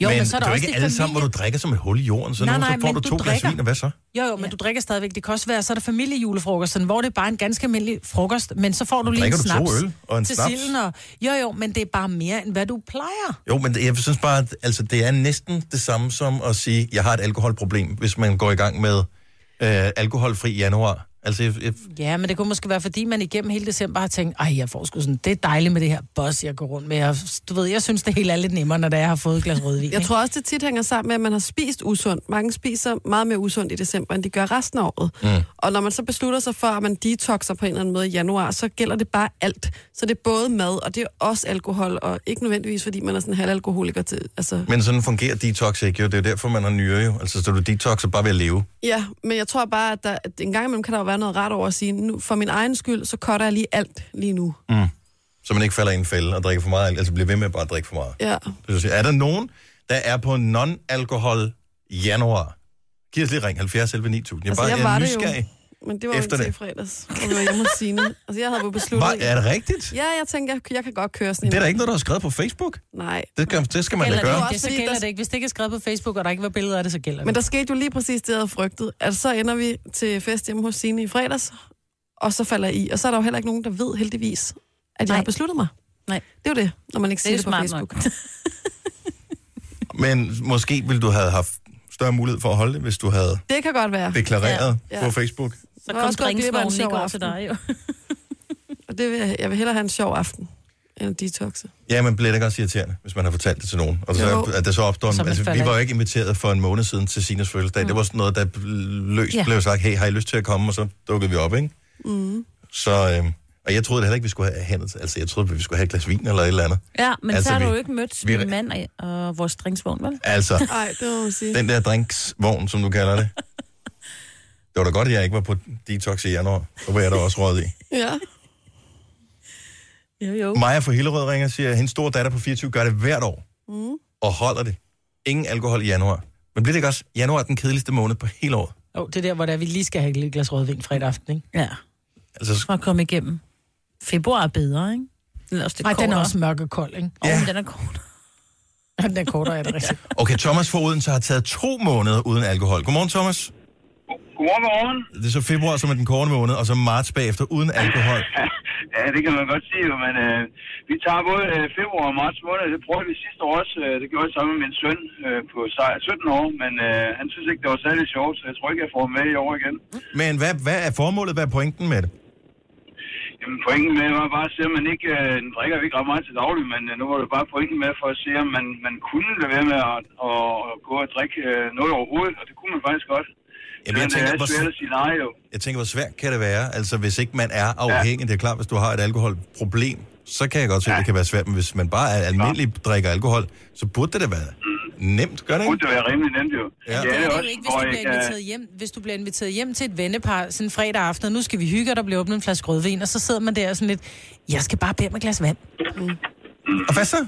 A: men det er jo ikke alle sammen, hvor du drikker som et hul i jorden, så,
C: Nej,
A: nej, nej,
C: nej,
A: så får
C: men
A: du
C: du
A: to glas
C: drikker.
A: vin, og hvad så?
C: Jo, jo, men ja. du drikker stadigvæk. Det kan også være, så er der familiejulefrokosten, hvor det er bare en ganske almindelig frokost, men så får du lige en
A: drikker du to
C: snaps.
A: øl og en
C: til
A: snaps.
C: Silden og, jo, jo, men det er bare mere, end hvad du plejer.
A: Jo, men jeg synes bare, at altså, det er næsten det samme som at sige, jeg har et alkoholproblem, hvis man går i gang med øh, alkoholfri januar. Altså, jeg, jeg,
C: Ja, men det kunne måske være, fordi man igennem hele december har tænkt, ej, jeg får sgu sådan, det er dejligt med det her boss, jeg går rundt med. Og, du ved, jeg synes, det hele er lidt nemmere, når det er, jeg har fået et glas rødvin.
D: Jeg tror også, det tit hænger sammen med, at man har spist usundt. Mange spiser meget mere usundt i december, end de gør resten af året.
C: Mm.
D: Og når man så beslutter sig for, at man detoxer på en eller anden måde i januar, så gælder det bare alt. Så det er både mad, og det er også alkohol, og ikke nødvendigvis, fordi man er sådan en halvalkoholiker til. Altså,
A: Men sådan fungerer detox ikke, jo. Det er jo derfor, man har nyere, jo. Altså, så du detoxer bare ved at leve.
D: Ja, men jeg tror bare, at, der, at en gang imellem kan der jo være noget ret over at sige, nu, for min egen skyld, så cutter jeg lige alt lige nu.
A: Mm. Så man ikke falder i en fælde og drikker for meget, altså bliver ved med bare at drikke for meget.
D: Ja.
A: Det vil sige, Er der nogen, der er på non-alkohol januar? Giv os lige ring, 70 11 9000. Jeg, altså, bare, jeg, er nysgerrig.
D: men det var jo
A: efter
D: indtil
A: det.
D: i fredags, og vi var hjemme hos Signe. Altså, jeg havde jo besluttet...
A: Var, er det rigtigt?
D: Ja, jeg tænker, jeg, jeg kan godt køre sådan
A: Det er da ikke noget, du har skrevet på Facebook.
D: Nej.
A: Det, gør, det skal man da
D: Eller det
A: gøre.
D: var også
C: Så
D: fordi,
C: gælder
D: der-
C: det ikke. Hvis det ikke er skrevet på Facebook, og der ikke var billeder af det, så gælder
D: Men
C: det.
D: der skete jo lige præcis det, jeg havde frygtet. At så ender vi til fest hjemme hos Signe i fredags, og så falder jeg i. Og så er der jo heller ikke nogen, der ved heldigvis, at jeg har besluttet mig.
B: Nej.
D: Det er jo det, når man ikke
B: Det
D: siger
B: er
D: det, på
B: smart
D: Facebook.
A: Men måske ville du have haft større mulighed for at holde det, hvis du havde
D: det kan godt være.
A: deklareret ja, ja. på Facebook.
B: Så
D: Jeg var
B: kom
D: også gået glip af en
B: drinksvognen i
D: sjov
B: går
D: aften.
B: til dig, jo.
D: Og det vil jeg, jeg vil hellere have en sjov aften, end at detoxe.
A: Ja, men bliver det ikke også irriterende, hvis man har fortalt det til nogen? Og så,
D: Jo.
A: at der så opstår
D: Så
A: en,
D: man
A: altså,
D: falder
A: vi var jo
D: af.
A: ikke inviteret for en måned siden til Sinas fødselsdag. Mm. Det var sådan noget, der bl- løst
D: Ja.
A: ja. blev sagt, hey, har I lyst til at komme? Og så dukkede vi op, ikke?
D: Mm.
A: Så, øhm, og jeg troede da heller ikke, vi skulle have handlet. Altså, jeg troede, vi skulle have et glas vin eller et eller andet.
B: Ja, men altså,
A: Altså,
B: så har du
A: vi-
B: jo ikke mødt
A: vi-
B: min mand og, og vores drinksvogn, vel?
A: Altså.
D: Nej, det må man sige.
A: Den der drinksvogn, som du kalder det. Det var da godt, at jeg ikke var på detox i januar. Så var jeg da også råd i.
D: Ja.
B: Jo, jo.
A: Uh. Maja fra Hillerød ringer og siger, at hendes store datter på 24 gør det hvert år.
D: Mm.
A: og holder det. Ingen alkohol i januar. Men bliver det ikke også? Januar er den kedeligste måned på hele året.
C: Jo, det er der, hvor der, vi lige skal have et lille glas rødvin fredag aften, ikke?
B: Ja.
A: Altså,
B: For at komme igennem. Februar er bedre, ikke? Den er også, lidt
C: Nej, den er
B: kortere.
C: også mørk og kold, ikke?
B: Åh, men den er kortere.
C: Den er kortere, er det rigtigt.
A: Okay, Thomas fra Odense har taget to måneder uden alkohol. Godmorgen, Thomas.
S: Godmorgen, godmorgen.
A: Det er så februar, som er den korte måned, og så marts bagefter uden alkohol.
S: Ja, det kan man godt sige, jo, men øh, vi tager både øh, februar og marts måned. Det prøvede vi sidste år også. Øh, det gjorde jeg sammen med min søn øh, på se- 17 år, men øh, han synes ikke, det var særlig sjovt, så jeg tror ikke, jeg får ham med i år igen.
A: Men hvad, hvad er formålet? Hvad er pointen med det?
S: Jamen, pointen med var bare at se, at man ikke... Øh, den drikker vi ikke ret meget til daglig, men øh, nu var det bare pointen med for at se, om man, man kunne lade være med at, at, at gå og drikke øh, noget overhovedet, og det kunne man faktisk godt.
A: Jamen, jeg
S: Selvom
A: tænker,
S: det er
A: hvor-
S: svært at sige nej, jo.
A: Jeg tænker, hvor svært kan det være? Altså, hvis ikke man er afhængig, det er klart, hvis du har et alkoholproblem, så kan jeg godt se, at det kan være svært. Men hvis man bare er almindelig drikker alkohol, så burde det da være nemt, gør det
S: Det
A: ikke?
S: burde være rimelig nemt, jo.
A: Ja.
C: Det er det
S: også, øh,
C: jo ikke, øh- hvis
S: hvor
C: du
S: jeg
C: bliver
S: kan-
C: inviteret hjem, hvis du bliver inviteret hjem til et vennepar sådan fredag aften, og nu skal vi hygge, og der bliver åbnet en flaske rødvin, og så sidder man der og sådan lidt, jeg skal bare bede med et glas vand.
A: Og hvad så?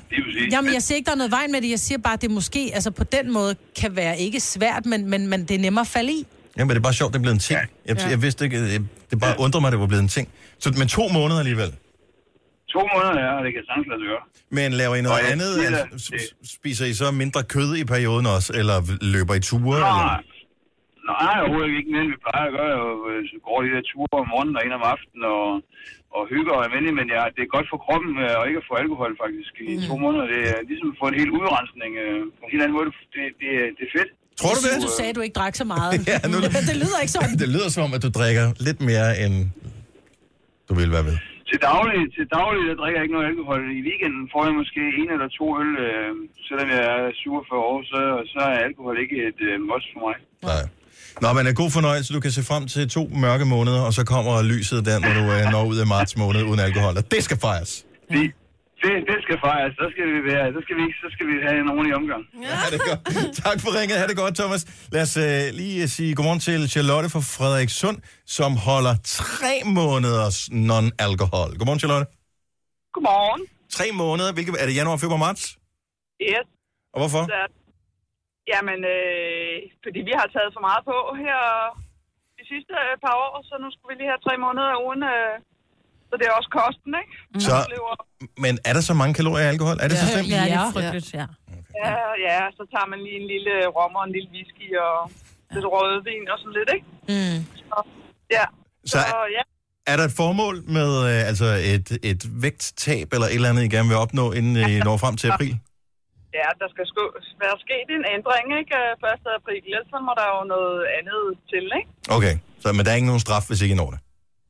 C: Jamen, jeg siger ikke, der er noget vejen med det. Jeg siger bare, at det måske, altså på den måde, kan være ikke svært, men, men, men det er nemmere at falde i.
A: Jamen, det er bare sjovt, det er blevet en ting. Jeg,
C: Ja.
A: jeg vidste ikke, jeg, det bare undrer mig, at det var blevet en ting. Så, men to måneder alligevel.
S: To måneder, ja, og det kan sagtens lade sig gøre.
A: Men laver I noget
S: Og jeg
A: andet?
S: siger
A: Altså,
S: det.
A: s- s- spiser I så mindre kød i perioden også, eller v- løber I ture?
C: Ah.
A: Eller?
S: Nej. Nej, overhovedet ikke mere, end vi plejer at gøre. Jeg øh, så går de der ture om morgenen og ind om aftenen og, og hygger og almindelig, men ja, det er godt for kroppen øh, og ikke at få alkohol faktisk i to måneder. Det er ligesom at få en helt udrensning øh, på en helt anden måde. Det, det, det er fedt.
A: Tror du
C: jeg
A: det?
C: Synes, du sagde, at du ikke drak så meget.
A: Ja, nu-
C: det lyder ikke sådan.
A: Det lyder som om, at du drikker lidt mere, end du vil være ved.
S: Til daglig, til daglig der drikker jeg ikke noget alkohol. I weekenden får jeg måske en eller to øl. Øh, selvom jeg er 47 år, så, så er alkohol ikke et øh, must for mig.
A: Nej. Nå, men er god fornøjelse. Du kan se frem til to mørke måneder, og så kommer lyset der, når du øh, når ud af marts måned uden alkohol. Og det skal fejres.
S: Det, det skal fejres. Så skal vi være, så skal vi, så skal vi have en ordentlig omgang.
A: Ja, det er godt. Tak for ringet. Ha' det godt, Thomas. Lad os øh, lige øh, sige godmorgen til Charlotte fra Frederikssund, som holder tre måneders non-alkohol. Godmorgen, Charlotte.
Q: Godmorgen.
A: Tre måneder. Hvilke, er det januar, februar, marts?
Q: Yes.
A: Og hvorfor?
Q: Så, jamen, øh, fordi vi har taget for meget på her de sidste øh, par år, så nu skulle vi lige have tre måneder uden... Øh, så det er også kosten, ikke?
A: Mm. Så-
Q: Der bliver-
A: Men er der så mange kalorier i alkohol? Er det så slemt?
B: Ja, det er frygteligt, ja.
Q: Ja, ja, så tager man lige en lille rom og en lille whisky og lidt rødvin og sådan lidt, ikke?
C: Mm.
Q: Så, ja.
A: Så
Q: ja.
A: Er der et formål med øh, altså et, et vægttab eller et eller andet, I gerne vil opnå, inden øh, I når frem til april?
Q: Ja, der skal sku, være sket en ændring, ikke? Øh, 1. april, ellers så må der jo noget andet til, ikke?
A: Okay, så, men der er ikke nogen straf, hvis ikke I når det.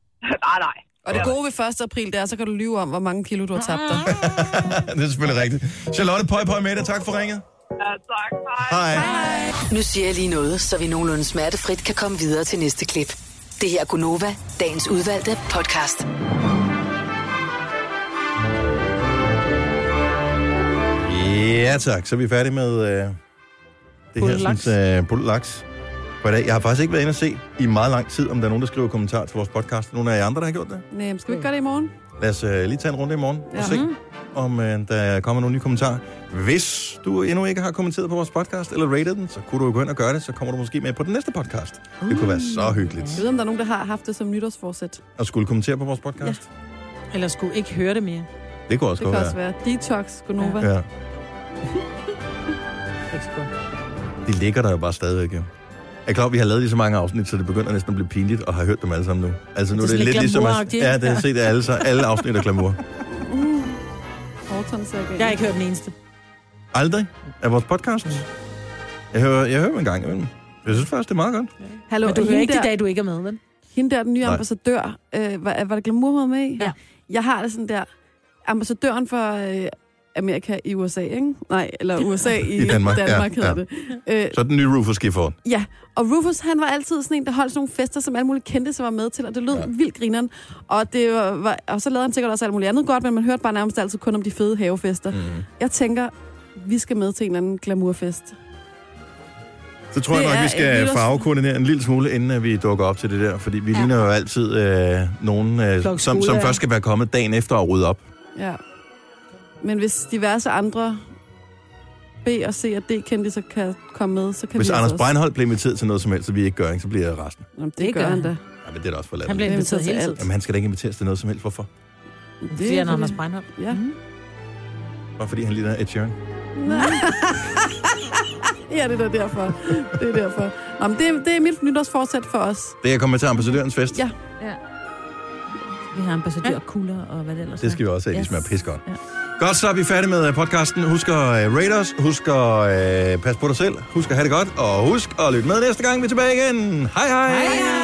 Q: nej, nej.
D: Og det gode ved 1. april, det er, så kan du lyve om, hvor mange kilo du har tabt
C: Ah.
D: dig.
A: det er selvfølgelig rigtigt. Charlotte, pøj, pøj med det. Tak for ringet.
Q: Ja, tak.
A: Hej.
F: Nu siger jeg lige noget, så vi nogenlunde smertefrit kan komme videre til næste klip. Det her er Gunova, dagens udvalgte podcast.
A: Ja tak, så er vi færdige med øh, det her
T: Pullelaks.
A: sådan, øh, pullelaks for i dag. Jeg har faktisk ikke været inde og se i meget lang tid, om der er nogen, der skriver kommentarer til vores podcast. Nogle af jer andre, der har gjort det.
D: Nej, men skal vi ikke gøre det i morgen?
A: Lad os øh, lige tage en runde i morgen ja. og se, om øh, der kommer nogle nye kommentarer. Hvis du endnu ikke har kommenteret på vores podcast eller rated den, så kunne du jo gå ind og gøre det, så kommer du måske med på den næste podcast. Det kunne være så hyggeligt
D: Jeg ved, om der er nogen, der har haft det som nytårsforsæt.
A: at skulle kommentere på vores podcast.
C: Eller skulle ikke høre det mere.
A: Det kunne også
D: Det
A: godt
D: kan
A: være.
D: også være. Detox, Gonova.
A: Ja.
C: Ikke så godt.
A: De ligger der jo bare stadigvæk, jo. Jeg er klar, vi har lavet lige så mange afsnit, så det begynder næsten at blive pinligt, og har hørt dem alle sammen nu. Altså nu
C: Det
A: det
C: er
A: er det lidt
C: sådan lidt
A: ligesom... At,
C: glamouragtigt, ikke?
A: ja, det har set alle, så alle afsnit er glamour.
T: Norton-sagaen.
C: Jeg har ikke hørt den eneste.
A: Aldrig af vores podcast. Jeg hører, jeg hører dem en gang imellem. Jeg synes faktisk, det er meget godt.
D: Hallo,
C: Men du hører ikke de dage, du ikke er med, vel?
D: Hende der, den nye
A: Nej.
D: ambassadør, øh, var, var det Glamour, hun var med i? Ja. Jeg har det sådan der, ambassadøren for øh, Amerika i USA, ikke? Nej, eller USA i,
A: I Danmark, ja,
D: Danmark hedder
A: ja.
D: det. Øh,
A: Så er den nye Rufus Gifford.
D: Ja, og Rufus, han var altid sådan en, der holdt sådan nogle fester, som alle mulige kendte sig var med til, og det lød ja. vildt grineren. Og, det var- var, og så lavede han sikkert også alt muligt andet godt, men man hørte bare nærmest altid kun om de fede havefester. Mm.
A: Mhm.
D: Jeg tænker, vi skal med til en eller anden glamourfest.
A: Så tror jeg
D: Det
A: nok,
D: er
A: vi
D: en
A: skal
D: lille-
A: farvekoordinere en lille smule, inden at vi dukker op til det der. Fordi vi ja. ligner jo altid øh, nogen, øh, som,
D: Klokken
A: som
D: skole, ja.
A: først skal være kommet dagen efter og rydde op.
D: Ja. Men hvis diverse andre B og C og D kendte, så kan komme med, så kan
A: Hvis
D: vi
A: Anders
D: altså også.
A: Breinholt bliver inviteret til noget som helst, så vi ikke gør, ikke, så bliver jeg resten.
D: Jamen, det, det gør han da.
A: Ja, men det er da også for landet.
D: Han bliver inviteret hele tiden.
A: Jamen, han skal da ikke inviteres til noget som helst. Hvorfor?
C: Fordi han er Anders Breinholt.
D: Ja.
A: Bare fordi han ligner Ed Sheeran.
D: ja, det er da derfor. Det er derfor. Nå, men det, er- det er mit nytårsforsæt for os.
A: Det er kommet til ambassadørens fest.
D: Ja.
B: Ja. Vi har ambassadørkugler og hvad det ellers
A: Det skal vi også have, ligesom yes. de smager pissegodt. Ja. Godt, så er vi færdige med øh, podcasten. Husk at øh, rate os, husk at øh, passe på dig selv, husk at have det godt, og husk at lytte med næste gang, vi er tilbage igen. Hej hej! hej, hej.